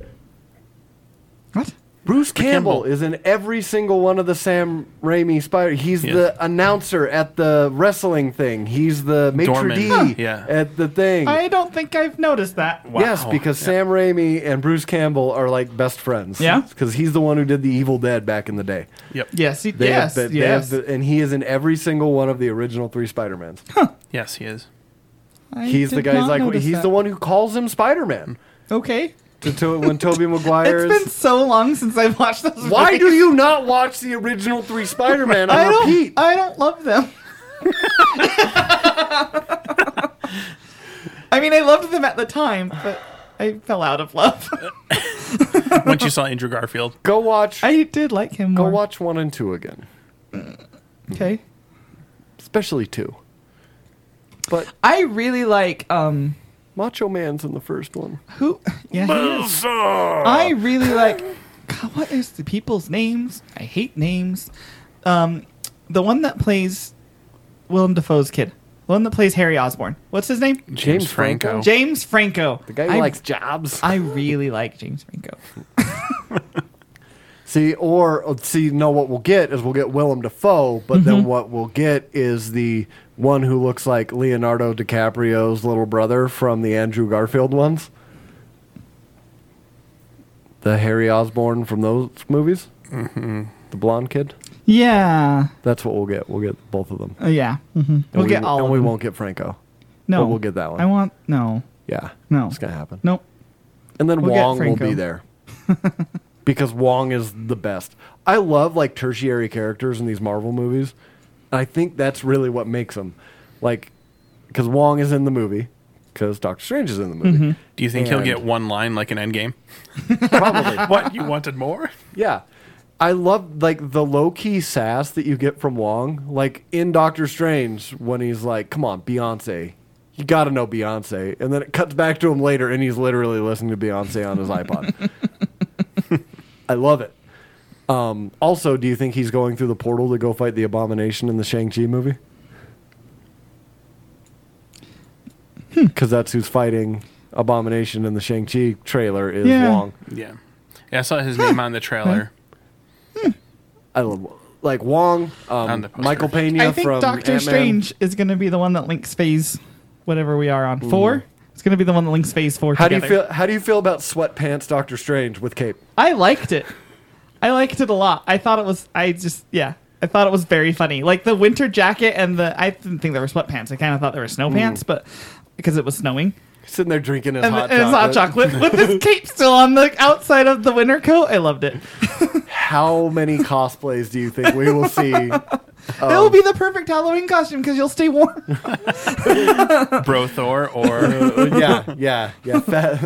Speaker 4: what?
Speaker 2: Bruce Campbell,
Speaker 5: Campbell.
Speaker 2: is in every single one of the Sam Raimi Spider. He's
Speaker 5: Yes.
Speaker 2: the announcer at the wrestling thing. He's the maitre
Speaker 5: Doorman.
Speaker 2: d'
Speaker 5: Huh. Yeah.
Speaker 2: at the thing.
Speaker 4: I don't think I've noticed that.
Speaker 5: Wow.
Speaker 2: Yes, because
Speaker 5: Yeah.
Speaker 2: Sam Raimi and Bruce Campbell are like best friends.
Speaker 4: Yeah?
Speaker 2: because he's the one who did the Evil Dead back in the day.
Speaker 5: Yep.
Speaker 4: Yes, he,
Speaker 2: They
Speaker 4: yes,
Speaker 2: have the- they have
Speaker 4: yes.
Speaker 2: the- and he is in every single one of the original three Spider Mans.
Speaker 5: Yes, he is.
Speaker 4: *laughs* I
Speaker 2: He's the
Speaker 4: did
Speaker 2: guy. He's
Speaker 4: not
Speaker 2: like
Speaker 4: notice
Speaker 2: he's
Speaker 4: that.
Speaker 2: the one who calls him Spider Man.
Speaker 4: Okay.
Speaker 2: To, to when
Speaker 4: *laughs*
Speaker 2: Toby Maguire's.
Speaker 4: It's been so long since I've watched those.
Speaker 2: Why
Speaker 4: movies.
Speaker 2: do you not watch the original three Spider Man
Speaker 4: *laughs* I
Speaker 2: on
Speaker 4: don't.
Speaker 2: repeat?
Speaker 4: I don't love them.
Speaker 2: *laughs*
Speaker 4: *laughs* I mean, I loved them at the time, but I fell out of love.
Speaker 5: Once you saw Andrew *laughs* Garfield,
Speaker 2: Go watch.
Speaker 4: I did like him
Speaker 2: Go
Speaker 4: more.
Speaker 2: watch one and two again,
Speaker 4: Okay.
Speaker 2: especially two. But
Speaker 4: I really like um
Speaker 2: Macho Man's in the first one.
Speaker 4: who. *laughs* Yeah. he is. I really like. God, what is the people's names? I hate names. Um, the one that plays Willem Dafoe's kid. The one that plays Harry Osborn. What's his name?
Speaker 2: James Franco.
Speaker 4: James Franco.
Speaker 2: The guy who
Speaker 4: I,
Speaker 2: likes jobs.
Speaker 4: *laughs* I really like James Franco.
Speaker 2: See, or uh, see, no, what we'll get is we'll get Willem Dafoe, but
Speaker 4: Mm-hmm.
Speaker 2: then what we'll get is the one who looks like Leonardo DiCaprio's little brother from the Andrew Garfield ones. The Harry Osborn from those movies. Mm-hmm. The blonde kid.
Speaker 4: Yeah.
Speaker 2: That's what we'll get. We'll get both of them.
Speaker 4: Uh, yeah. hmm
Speaker 2: And
Speaker 4: We'll
Speaker 2: we-
Speaker 4: get all
Speaker 2: And
Speaker 4: of
Speaker 2: we
Speaker 4: them.
Speaker 2: won't get Franco.
Speaker 4: no,
Speaker 2: but we'll get that one.
Speaker 4: I want no,
Speaker 2: Yeah.
Speaker 4: no.
Speaker 2: It's going to happen.
Speaker 4: Nope.
Speaker 2: And then
Speaker 4: We'll get
Speaker 2: Wong will
Speaker 4: Franco.
Speaker 2: be
Speaker 4: *laughs*
Speaker 2: there. because Wong is the best. I love like tertiary characters in these Marvel movies. I think that's really what makes them. Like cuz Wong is in the movie cuz Doctor Strange is in the movie.
Speaker 4: Mm-hmm.
Speaker 5: do you think he'll
Speaker 2: And-
Speaker 5: get one line like an Endgame?
Speaker 2: *laughs* Probably.
Speaker 5: What you wanted more?
Speaker 2: Yeah. I love like the low key sass that you get from Wong, like in Doctor Strange when he's like, "Come on, Beyonce, you got to know Beyonce," and then it cuts back to him later, and he's literally listening to Beyonce on his iPod. *laughs* I love it. Um, also, do you think he's going through the portal to go fight the Abomination in the Shang Chi movie? Because that's who's fighting Abomination in the Shang Chi trailer is
Speaker 4: Yeah.
Speaker 2: Wong.
Speaker 5: Yeah. Yeah, I saw
Speaker 2: *laughs*
Speaker 5: his name on the trailer.
Speaker 2: I love like Wong,
Speaker 5: On
Speaker 2: um,
Speaker 5: the poster.
Speaker 2: Michael Pena
Speaker 4: I think
Speaker 2: from
Speaker 4: Doctor
Speaker 2: Ant-Man.
Speaker 4: Strange is going to be the one that links phase, whatever we are on four. It's going to be the one that links phase four.
Speaker 2: How do you
Speaker 4: together.
Speaker 2: feel? How do you feel about sweatpants Doctor Strange with cape?
Speaker 4: I liked it. I liked it a lot. I thought it was. I just yeah. I thought it was very funny. Like the winter jacket and the. I didn't think there were sweatpants. I kind of thought there were snow pants, but because it was snowing
Speaker 2: Sitting there drinking his
Speaker 4: and,
Speaker 2: hot,
Speaker 4: the, and it's hot chocolate
Speaker 2: *laughs*
Speaker 4: with this cape still on the outside of the winter coat. I loved it. *laughs*
Speaker 2: How many cosplays do you think we will see
Speaker 4: that will be the perfect Halloween costume because you'll stay warm.
Speaker 5: Bro Thor or
Speaker 2: *laughs* yeah, yeah, yeah. Fat,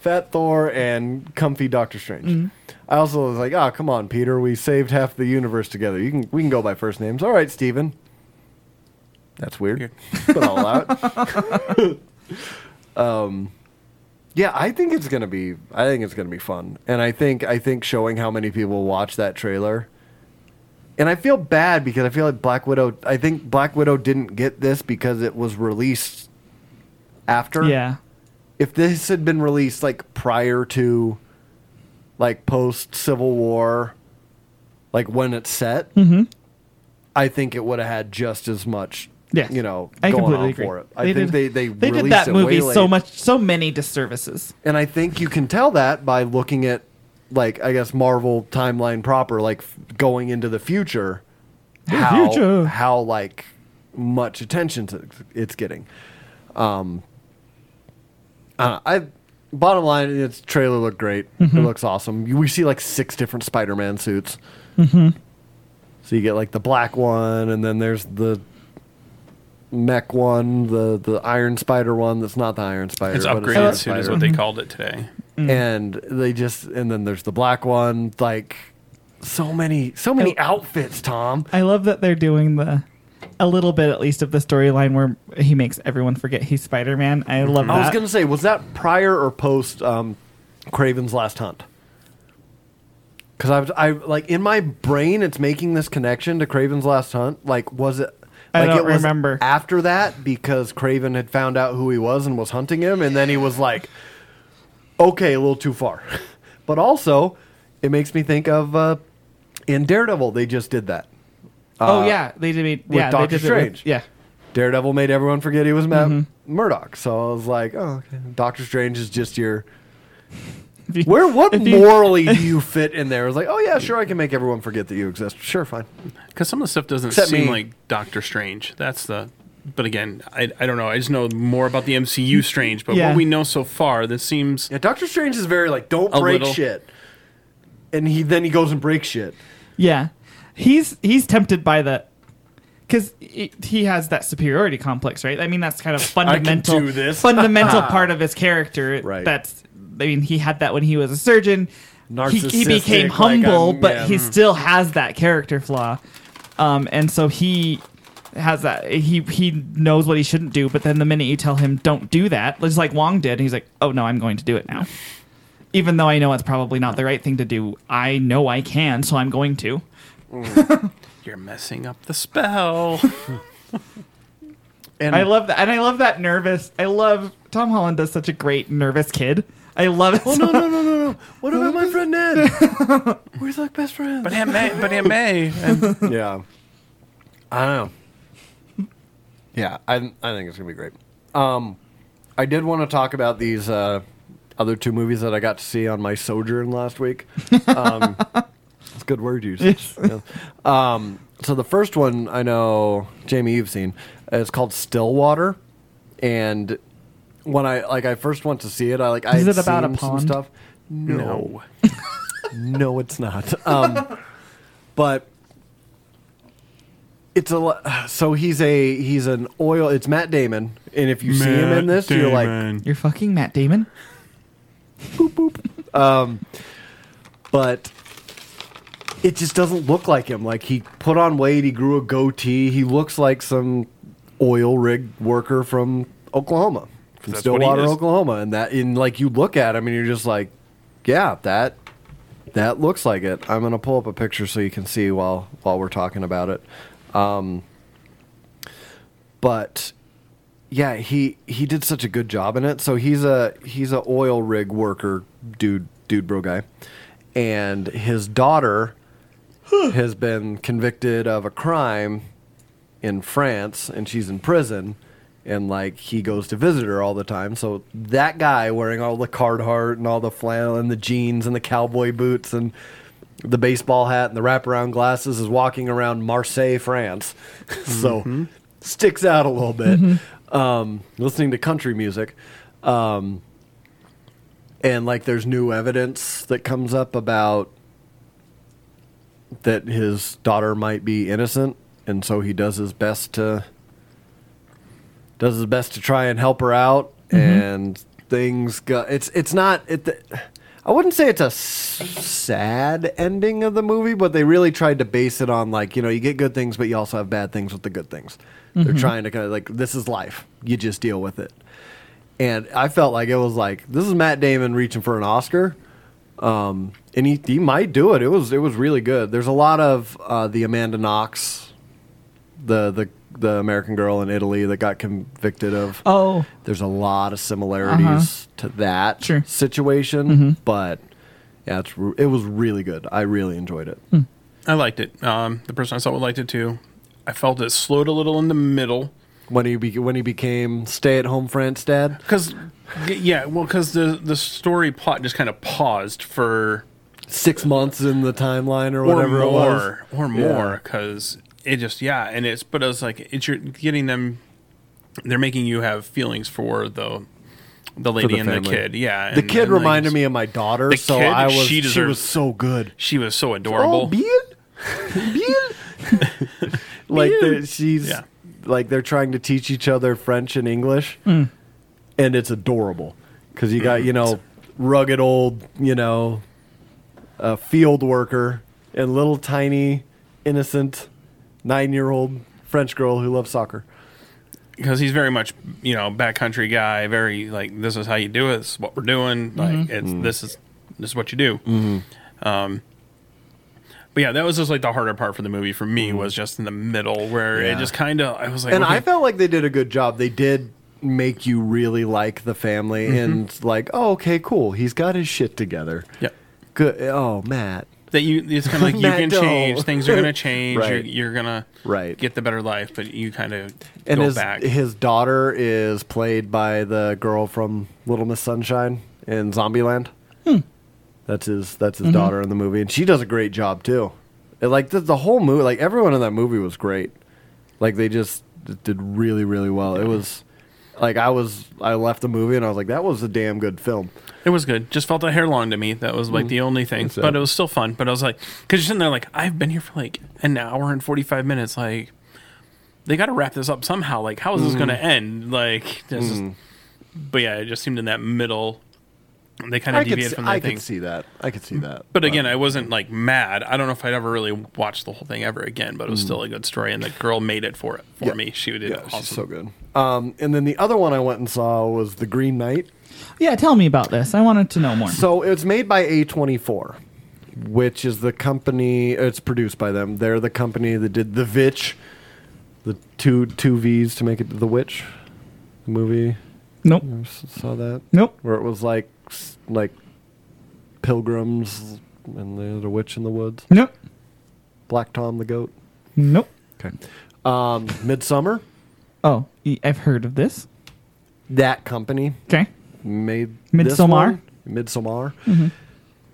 Speaker 2: Fat Thor and comfy Doctor Strange. I also was like, oh, come on, Peter. We saved half the universe together. You can we can go by first names. All right, Steven. That's weird, *laughs* but I'll allow it. um, yeah, I think it's gonna be. I think it's gonna be fun, and I think I think showing how many people watch that trailer. And I feel bad because I feel like Black Widow. I think Black Widow didn't get this because it was released after
Speaker 4: yeah.
Speaker 2: if this had been released like prior to like post Civil War, like when it's set,
Speaker 4: Mm-hmm.
Speaker 2: I think it would have had just as much.
Speaker 4: Yes.
Speaker 2: you know,
Speaker 4: I
Speaker 2: going
Speaker 4: completely
Speaker 2: on
Speaker 4: agree.
Speaker 2: for it. I think they they
Speaker 4: did
Speaker 2: released
Speaker 4: that
Speaker 2: it
Speaker 4: movie
Speaker 2: way late.
Speaker 4: so much, so many disservices.
Speaker 2: and I think you can tell that by looking at like I guess Marvel timeline proper, like f- going into the future, how
Speaker 4: future.
Speaker 2: how like much attention to it's getting. Um, I, don't know. I bottom line, its trailer looked great. It looks awesome. You- We see like six different Spider-Man suits. So you get like the black one, and then there's the mech one, the the Iron Spider one. That's not the Iron Spider.
Speaker 5: it's
Speaker 2: but the
Speaker 5: upgraded
Speaker 2: Iron
Speaker 5: suit is
Speaker 2: Spider
Speaker 5: what they called it today.
Speaker 2: and they just and then there's the black one like so many so many outfits tom
Speaker 4: I love that they're doing the a little bit at least of the storyline where he makes everyone forget he's Spider Man. I love
Speaker 2: i was
Speaker 4: that.
Speaker 2: gonna say was that prior or post um craven's last hunt because i was i like in my brain it's making this connection to craven's last hunt like was it
Speaker 4: I
Speaker 2: like
Speaker 4: don't
Speaker 2: it was
Speaker 4: remember.
Speaker 2: after that because craven had found out who he was and was hunting him and then he was like okay a little too far *laughs* but also it makes me think of uh in daredevil they just did that
Speaker 4: oh yeah, they did. Made, yeah,
Speaker 2: uh, Doctor
Speaker 4: they did it with-
Speaker 2: Strange.
Speaker 4: yeah,
Speaker 2: Daredevil made everyone forget he was Matt
Speaker 4: Mm-hmm.
Speaker 2: Murdock. So I was like, oh, okay. Doctor Strange is just your.
Speaker 4: If you-
Speaker 2: Where? What
Speaker 4: if you-
Speaker 2: morally
Speaker 4: *laughs*
Speaker 2: do you fit in there? I was like, oh yeah, sure, I can make everyone forget that you exist. Sure, fine.
Speaker 5: Because some of the stuff doesn't
Speaker 2: Except
Speaker 5: seem
Speaker 2: me.
Speaker 5: like Doctor Strange. That's the. But again, I, I don't know. I just know more about the MCU Strange. But
Speaker 4: Yeah.
Speaker 5: what we know so far, this seems
Speaker 2: Yeah, Doctor Strange is very like, don't
Speaker 5: A
Speaker 2: break
Speaker 5: little.
Speaker 2: shit, and he then he goes and breaks shit.
Speaker 4: *laughs* yeah. He's he's tempted by the because he has that superiority complex, right? I mean,
Speaker 2: *laughs*
Speaker 4: that's kind of fundamental
Speaker 2: do this. *laughs*
Speaker 4: fundamental part of his character.
Speaker 2: Right.
Speaker 4: That's I mean, he had that when he was a surgeon. He, he
Speaker 2: Narcissistic,
Speaker 4: became
Speaker 2: like,
Speaker 4: humble,
Speaker 2: I'm-
Speaker 4: but
Speaker 2: yeah.
Speaker 4: he still has that character flaw, um, and so he has that. He he knows what he shouldn't do, but then the minute you tell him don't do that, just like Wong did, he's like, oh no, I'm going to do
Speaker 2: *laughs*
Speaker 4: it now, even though I know it's probably not the right thing to do. I know I can, so I'm going to.
Speaker 5: You're messing up
Speaker 2: *laughs*
Speaker 5: the spell.
Speaker 2: And
Speaker 4: I love that, and I love that nervous. I love Tom Holland does such a great nervous kid. I love it.
Speaker 2: *laughs*
Speaker 4: so
Speaker 2: Oh, no, no, no, no, no. What about
Speaker 4: *laughs*
Speaker 2: my friend Ned? We're like best friends.
Speaker 5: but Aunt May, but Aunt May. And
Speaker 2: yeah. I don't know. Yeah, I I think it's gonna be great. Um, I did want to talk about these uh, other two movies that I got to see on my sojourn last week. Um, it's a good word usage. Yeah. Um, so the first one I know, Jamie, you've seen. It's called Stillwater, and when I like I first went to see it, I like I
Speaker 4: Is
Speaker 2: had
Speaker 4: it about a
Speaker 2: seen some
Speaker 4: pond?
Speaker 2: stuff.
Speaker 5: no.
Speaker 2: No, it's not. Um, but it's a lo- *sighs* so he's a he's an oil. It's Matt Damon, and if you see him in this, you're like,
Speaker 4: *laughs* You're fucking Matt Damon.
Speaker 2: but it just doesn't look like him. Like he put on weight, he grew a goatee, he looks like some oil rig worker from Oklahoma, from
Speaker 5: That's what he
Speaker 2: Stillwater,
Speaker 5: is.
Speaker 2: Oklahoma, and that in like you look at him and you're just like, yeah, that that looks like it. I'm gonna pull up a picture so you can see while while we're talking about it. Um, but yeah, he he did such a good job in it. So he's a he's a oil rig worker dude dude bro guy, and his daughter has been convicted of a crime in France, and she's in prison. And like he goes to visit her all the time, so that guy wearing all the Carhartt and all the flannel and the jeans and the cowboy boots and the baseball hat and the wraparound glasses is walking around Marseille, France. *laughs* so sticks out a little bit. Um, listening to country music. Um, and like there's new evidence that comes up about that his daughter might be innocent and so he does his best to does his best to try and help her out, and things go. It's it's not it. I wouldn't say it's a s- sad ending of the movie, but they really tried to base it on like you know you get good things, but you also have bad things with the good things. They're trying to kind of like this is life. You just deal with it. And I felt like it was like this is Matt Damon reaching for an Oscar, um, and he, he might do it. It was it was really good. There's a lot of uh, the Amanda Knox, the the the American girl in Italy that got convicted of.
Speaker 4: Oh,
Speaker 2: There's a lot of similarities to that
Speaker 4: Sure.
Speaker 2: situation, but yeah, it's, re- it was really good. I really enjoyed it.
Speaker 5: I liked it. Um, the person I saw liked it too. I felt it slowed a little in the middle.
Speaker 2: When he be- when he became stay at home France dad,
Speaker 5: Because, yeah, well, because the, the story plot just kind of paused for
Speaker 2: six months in the timeline or
Speaker 5: or
Speaker 2: whatever it was.
Speaker 5: more or more because it just yeah and it's but it's like it's you're getting them they're making you have feelings for the the lady
Speaker 2: the
Speaker 5: and
Speaker 2: family.
Speaker 5: the kid yeah
Speaker 2: The
Speaker 5: and-
Speaker 2: kid
Speaker 5: and, like,
Speaker 2: reminded me of my daughter,
Speaker 5: the
Speaker 2: so
Speaker 5: kid,
Speaker 2: I was
Speaker 5: she
Speaker 2: she,
Speaker 5: deserves-
Speaker 2: was so good. Oh,
Speaker 5: she was so adorable
Speaker 2: Bill, *laughs* Bill, *laughs* like they're- she's
Speaker 5: Yeah.
Speaker 2: like they're trying to teach each other French and English, and it's adorable because you got you
Speaker 5: Mm.
Speaker 2: know rugged old you know uh, field worker and little tiny innocent nine year old French girl who loves soccer.
Speaker 5: because he's very much you know backcountry guy very like this is how you do it this is what we're doing like
Speaker 2: Mm-hmm.
Speaker 5: it's this is this is what you do um but yeah that was just like the harder part for the movie for me was just in the middle where
Speaker 2: Mm-hmm. Yeah.
Speaker 5: it just kind of i was like
Speaker 2: and
Speaker 5: okay,
Speaker 2: I felt like they did a good job. They did make you really like the family and like, oh, okay, cool. He's got his shit together.
Speaker 5: yeah
Speaker 2: Good. Oh, Matt.
Speaker 5: that you it's kind
Speaker 2: *laughs*
Speaker 5: of like you
Speaker 2: Matt
Speaker 5: can
Speaker 2: Dole.
Speaker 5: change things are going to
Speaker 2: *laughs*
Speaker 5: change
Speaker 2: Right.
Speaker 5: you're, you're going
Speaker 2: Right.
Speaker 5: to get the better life but you kind of
Speaker 2: And
Speaker 5: go
Speaker 2: his
Speaker 5: back
Speaker 2: his daughter is played by the girl from Little Miss Sunshine in Zombieland. That's his that's his daughter in the movie, and she does a great job too. It, like the, the whole movie, like everyone in that movie was great. Like they just d- did really really well. It was like I was I left the movie and I was like that was a damn good film.
Speaker 5: it was good just felt a hair long to me that was like the only thing
Speaker 2: Mm. That's
Speaker 5: but
Speaker 2: it.
Speaker 5: it was still fun but i was like because you're sitting there like i've been here for like an hour and 45 minutes like they got to wrap this up somehow like how is this going to
Speaker 2: Mm.
Speaker 5: end like this is, but yeah it just seemed in that middle they kind of
Speaker 2: I could,
Speaker 5: deviated
Speaker 2: see,
Speaker 5: from
Speaker 2: I
Speaker 5: that
Speaker 2: could
Speaker 5: thing Mm.
Speaker 2: see that. I could see that.
Speaker 5: but again, I wasn't like mad. I don't know if I'd ever really watched the whole thing ever again, but it was still a good story, and the girl made it for it for
Speaker 2: Mm. Yeah.
Speaker 5: me. She did
Speaker 2: yeah,
Speaker 5: awesome.
Speaker 2: she's so good. Um, and then the other one I went and saw was The Green Knight.
Speaker 4: yeah. Tell me about this. I wanted to know more.
Speaker 2: So it's made by A24, which is the company. It's produced by them. They're the company that did The Vitch, the two two V's to make it The Witch movie.
Speaker 4: nope.
Speaker 2: I s- saw that
Speaker 4: Nope.
Speaker 2: where it was like s- like pilgrims and the other witch in the woods.
Speaker 4: Nope.
Speaker 2: Black Tom the goat.
Speaker 4: Nope.
Speaker 2: Okay. Um, Midsummer.
Speaker 4: Oh, y- I've heard of this.
Speaker 2: That company
Speaker 4: Okay.
Speaker 2: made
Speaker 4: Midsommar? Mm-hmm.
Speaker 2: Midsummer.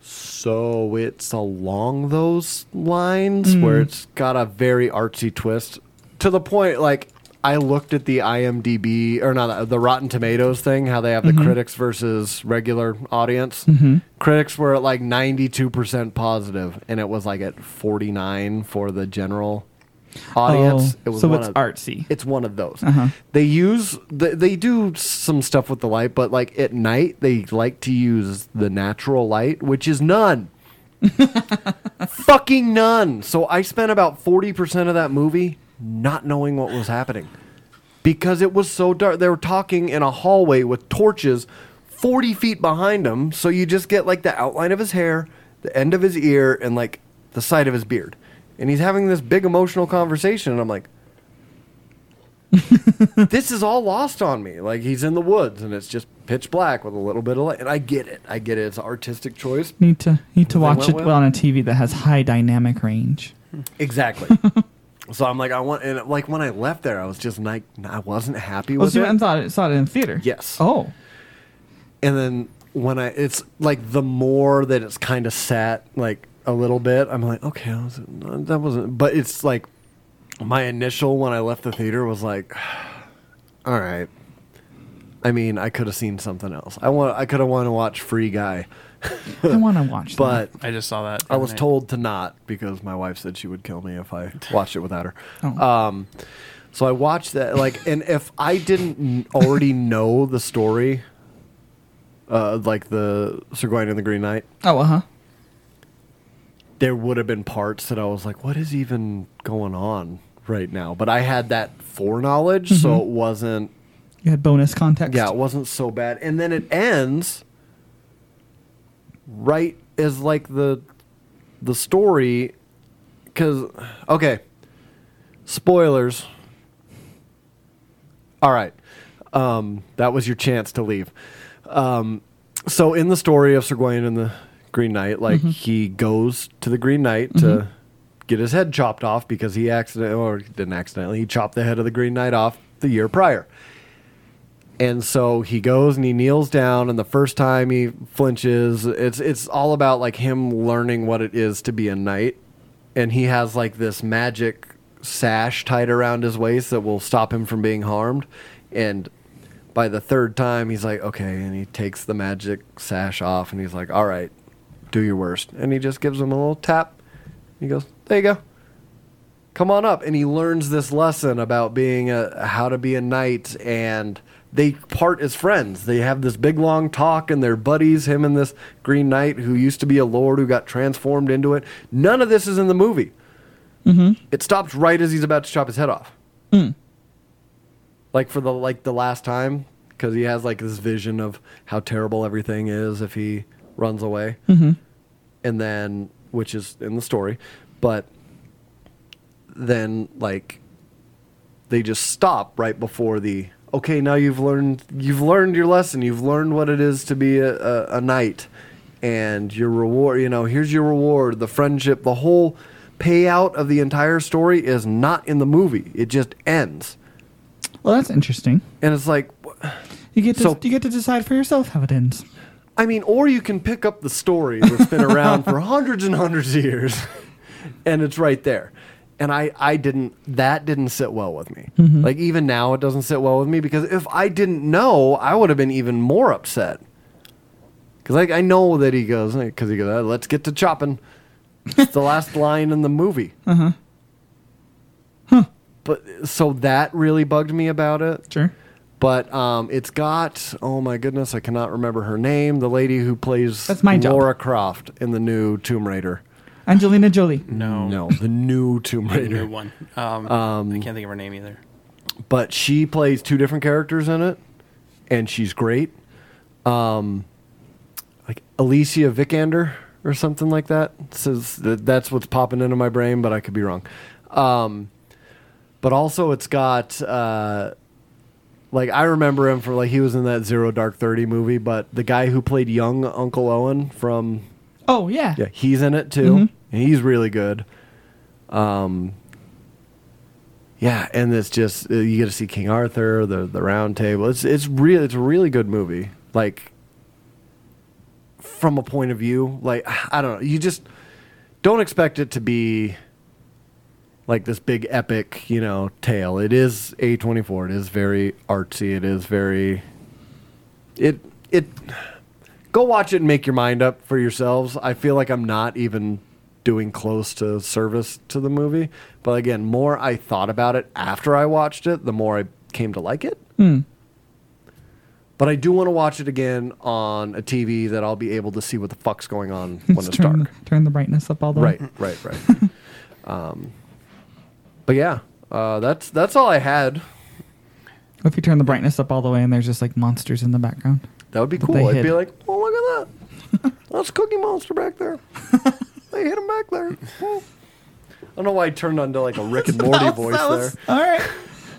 Speaker 2: So it's along those lines
Speaker 4: Mm.
Speaker 2: where it's got a very artsy twist to the point like I looked at the IMDb or not uh, the Rotten Tomatoes thing, how they have
Speaker 4: Mm-hmm.
Speaker 2: the critics versus regular audience. Critics were at like 92% positive and it was like at 49 for the general audience.
Speaker 4: Oh,
Speaker 2: it was
Speaker 4: so
Speaker 2: one
Speaker 4: it's
Speaker 2: of-
Speaker 4: artsy.
Speaker 2: it's one of those. They use they, they do some stuff with the light, but like at night they like to use the natural light, which is none. Fucking none. So I spent about 40% of that movie not knowing what was happening because it was so dark. They were talking in a hallway with torches 40 feet behind him. So you just get like the outline of his hair, the end of his ear, and like the side of his beard. And he's having this big emotional conversation. And I'm like, this is all lost on me. Like he's in the woods and it's just pitch black with a little bit of light. And I get it. I get it. It's an artistic choice.
Speaker 4: Need to need to
Speaker 2: They
Speaker 4: watch
Speaker 2: went
Speaker 4: it
Speaker 2: with?
Speaker 4: on a TV that has high dynamic range.
Speaker 2: Exactly. *laughs* so I'm like, I want, and like when I left there, I was just like, I wasn't happy
Speaker 4: Oh,
Speaker 2: with
Speaker 4: so you
Speaker 2: it.
Speaker 4: went and saw it, saw it in theater?
Speaker 2: Yes. *laughs*
Speaker 4: Oh,
Speaker 2: and then when I, it's like the more that it's kind of sat like a little bit, I'm like, okay, I was, that wasn't, but it's like *sighs* my initial when I left the theater was like, all right, I mean, I could have seen something else. I want. I could have wanted to watch Free Guy,
Speaker 4: I want to watch.
Speaker 2: but
Speaker 5: I just saw that.
Speaker 2: I was
Speaker 5: tonight.
Speaker 2: told to not because my wife said she would kill me if I watched it without her.
Speaker 4: Oh.
Speaker 2: Um, so I watched that. Like, and if I didn't n- already know the story, uh, like the Sir Gawain and the Green Knight,
Speaker 4: that. oh, uh huh.
Speaker 2: there would have been parts that I was like, what is even going on right now? But I had that foreknowledge, so it wasn't
Speaker 4: You had bonus context.
Speaker 2: Yeah, it wasn't so bad. And then it ends right as like the the story cuz okay. Spoilers. All right. Um that was your chance to leave. Um so in the story of Sir Gawain and the Green Knight, like he goes to the Green Knight to get his head chopped off because he accident or didn't accidentally he chopped the head of the Green Knight off the year prior. And so he goes and he kneels down, and the first time he flinches, it's it's all about like him learning what it is to be a knight, and he has like this magic sash tied around his waist that will stop him from being harmed, and by the third time he's like okay, and he takes the magic sash off, and he's like all right, do your worst, and he just gives him a little tap, he goes there you go, come on up and he learns this lesson about being a how to be a knight and they part as friends they have this big long talk and they're buddies him and this green knight who used to be a lord who got transformed into it none of this is in the movie mm-hmm. Hmm. it stops right as he's about to chop his head off like for the like the last time because he has like this vision of how terrible everything is if he runs away mm-hmm. and then which is in the story but then like they just stop right before the okay now you've learned you've learned your lesson you've learned what it is to be a, a, a knight and your reward you know here's your reward the friendship the whole payout of the entire story is not in the movie it just ends
Speaker 4: Well, that's interesting.
Speaker 2: and it's like wh-
Speaker 4: You get to
Speaker 2: So-
Speaker 4: you get to decide for yourself how it ends.
Speaker 2: I mean, or you can pick up the story that's been around for hundreds and hundreds of years, and it's right there. And I, I didn't, that didn't sit well with me. Like, even now, it doesn't sit well with me because if I didn't know, I would have been even more upset. Because like, I know that he goes, because he goes, "Uh, let's get to chopping. It's the last line in the movie. Uh huh. But so that really bugged me about it
Speaker 4: Sure.
Speaker 2: but um, it's got oh my goodness, I cannot remember her name. The lady who plays
Speaker 4: That's my job.
Speaker 2: Laura Croft in the new Tomb Raider.
Speaker 4: Angelina Jolie.
Speaker 5: no,
Speaker 2: No, the new Tomb
Speaker 5: *laughs* the new
Speaker 2: Raider. *laughs*
Speaker 5: one. Um, I can't think of her name either.
Speaker 2: But she plays two different characters in it, and she's great. Um, like Alicia Vikander or something like that. Says that that's what's popping into my brain, but I could be wrong. Um, but also, it's got. Uh, like I remember him for like he was in that Zero Dark Thirty movie, but the guy who played young Uncle Owen from
Speaker 4: Oh yeah.
Speaker 2: yeah, he's in it too, and he's really good. Um, yeah, and it's just uh, you get to see King Arthur, the the Round Table. It's it's real. It's a really good movie. Like from a point of view, like *sighs* I don't know, you just don't expect it to be like this big epic, you know, tale. It is a twenty four. It is very artsy. It is very it it go watch it and make your mind up for yourselves. I feel like I'm not even doing close to service to the movie. But again, more I thought about it after I watched it, the more I came to like it.
Speaker 4: Hmm.
Speaker 2: But I do want to watch it again on a TV that I'll be able to see what the fuck's going on when
Speaker 4: Just
Speaker 2: it's
Speaker 4: turn
Speaker 2: dark.
Speaker 4: The, turn the brightness up all the
Speaker 2: Right,
Speaker 4: way.
Speaker 2: right, right. um, but yeah, uh, that's that's all I had.
Speaker 4: If you turn the brightness up all the way and there's just like monsters in the background.
Speaker 2: That would be
Speaker 4: That
Speaker 2: cool.
Speaker 4: they
Speaker 2: I'd be
Speaker 4: hid.
Speaker 2: like, oh, look
Speaker 4: *laughs*
Speaker 2: at that. That's Cookie Monster back there. they hit him back there. Oh. I don't know why I turned onto like a Rick
Speaker 4: *laughs*
Speaker 2: and Morty voice there.
Speaker 4: All right.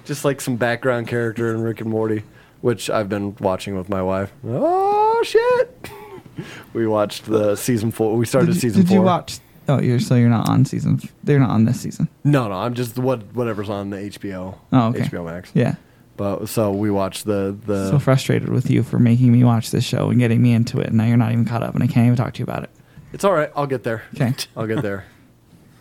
Speaker 2: Just like some background character in Rick and Morty, which I've been watching with my wife. Oh, shit. *laughs* We watched the season four. We started
Speaker 4: Did, you,
Speaker 2: season
Speaker 4: did
Speaker 2: four.
Speaker 4: you watch? Oh, you're so you're not on season. f- They're not on this season.
Speaker 2: No, no. I'm just what whatever's on the HBO.
Speaker 4: Oh, okay.
Speaker 2: HBO Max.
Speaker 4: Yeah.
Speaker 2: But so we watched the the.
Speaker 4: so frustrated with you for making me watch this show and getting me into it, and now you're not even caught up, and I can't even talk to you about it.
Speaker 2: it's all right. I'll get there. *laughs*
Speaker 4: Okay.
Speaker 2: I'll get
Speaker 4: *laughs*
Speaker 2: there.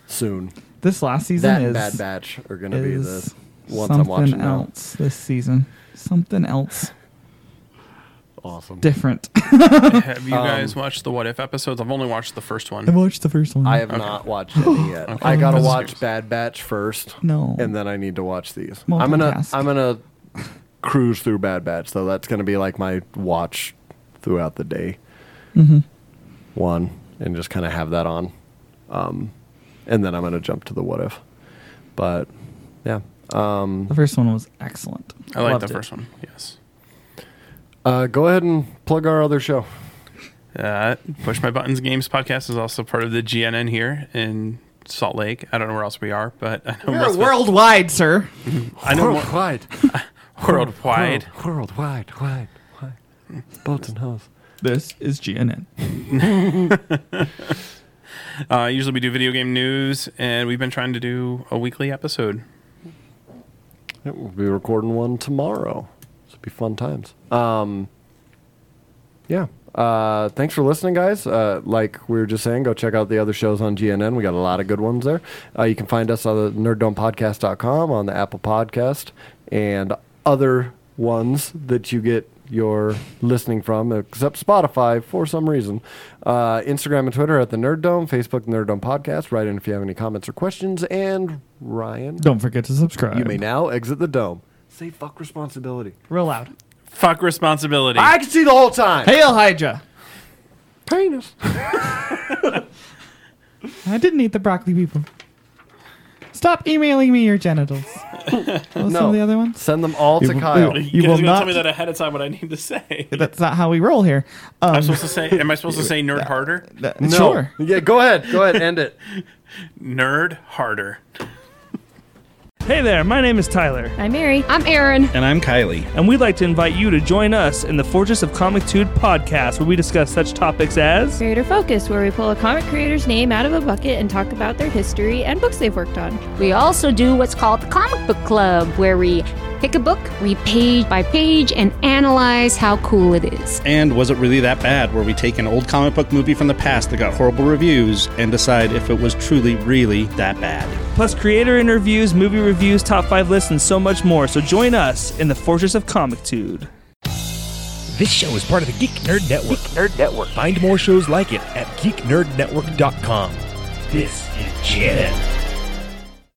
Speaker 2: Soon.
Speaker 4: This last season
Speaker 2: That
Speaker 4: is
Speaker 2: and Bad Batch are gonna be
Speaker 4: is
Speaker 2: the ones I'm
Speaker 4: something
Speaker 2: watching now.
Speaker 4: else this season. Something else.
Speaker 2: Awesome.
Speaker 4: different. *laughs*
Speaker 5: Have you guys
Speaker 4: Um,
Speaker 5: watched the What If episodes? I've only watched the first one.
Speaker 4: I watched the first one.
Speaker 2: Mm-hmm. I have not watched
Speaker 4: *gasps*
Speaker 2: any yet. I gotta
Speaker 5: That's
Speaker 2: watch
Speaker 5: serious.
Speaker 2: Bad Batch first.
Speaker 4: No.
Speaker 2: And then I need to watch these. I'm gonna
Speaker 4: Multitask.
Speaker 2: I'm gonna cruise through Bad Batch though. That's gonna be like my watch throughout the day.
Speaker 4: Mm-hmm.
Speaker 2: Mm-hmm. One and just kind of have that on, um, and then I'm gonna jump to the what if. But yeah,
Speaker 4: the first one was excellent.
Speaker 5: I like
Speaker 4: Loved
Speaker 5: the
Speaker 4: it.
Speaker 5: first one. Yes.
Speaker 2: uh, go ahead and plug our other show.
Speaker 5: Uh, Push My Buttons Games podcast is also part of the GNN here in Salt Lake. I don't know where else we are, but I know,
Speaker 4: We're
Speaker 5: most-
Speaker 4: worldwide, sir.
Speaker 5: I know more,
Speaker 2: Worldwide,
Speaker 4: *laughs*
Speaker 5: worldwide.
Speaker 2: worldwide, wide, wide. Boats and hoes.
Speaker 4: This is GNN.
Speaker 5: Uh, usually we do video game news, and we've been trying to do a weekly episode.
Speaker 2: Yeah, we'll be recording one tomorrow. This will be fun times. Um, yeah. Uh, thanks for listening, guys. Uh, like we were just saying, go check out the other shows on GNN. We got a lot of good ones there. Uh, you can find us on the nerddomepodcast.com, on the Apple Podcast, and other ones that you get your listening from, except Spotify for some reason. Uh, Instagram and Twitter at the Nerd Dome, Facebook, Nerd Dome Podcast. Write in if you have any comments or questions. And Ryan,
Speaker 4: Don't forget to subscribe.
Speaker 2: you may now exit the dome. Say fuck responsibility.
Speaker 4: Real loud.
Speaker 5: Fuck responsibility.
Speaker 2: I can see the whole time.
Speaker 4: Hail Hydra.
Speaker 2: Penis.
Speaker 4: I didn't eat the broccoli people. Stop emailing me your genitals. What was some of the other ones?
Speaker 2: Send them all to
Speaker 4: You-
Speaker 2: Kyle.
Speaker 4: you-
Speaker 5: you guys
Speaker 4: will
Speaker 5: are gonna
Speaker 4: not-
Speaker 5: tell me that ahead of time what I need to say.
Speaker 4: That's not how we roll here. Um,
Speaker 5: I'm supposed to say. Am I supposed
Speaker 4: *laughs*
Speaker 5: to say nerd harder?
Speaker 4: th-
Speaker 2: No.
Speaker 4: Sure.
Speaker 2: Yeah, go ahead. Go ahead. End it.
Speaker 5: Nerd harder.
Speaker 6: Hey there, my name is Tyler,
Speaker 7: I'm Mary. I'm Aaron.
Speaker 8: And I'm Kylie.
Speaker 6: and we'd like to invite you to join us in the Fortress of Comictude podcast, where we discuss such topics as
Speaker 7: Creator Focus, where we pull a comic creator's name out of a bucket and talk about their history and books they've worked on.
Speaker 9: We also do what's called the Comic Book Club, where we pick a book, read page by page, and analyze how cool it is.
Speaker 8: And Was It Really That Bad? Where we take an old comic book movie from the past that got horrible reviews and decide if it was truly, really that bad.
Speaker 6: plus creator interviews, movie reviews, top five lists, and so much more. So join us in the Fortress of Comictude.
Speaker 10: This show is part of the Geek Nerd Network. Geek Nerd Network. Find more shows like it at geeknerdnetwork.com. This is Janet.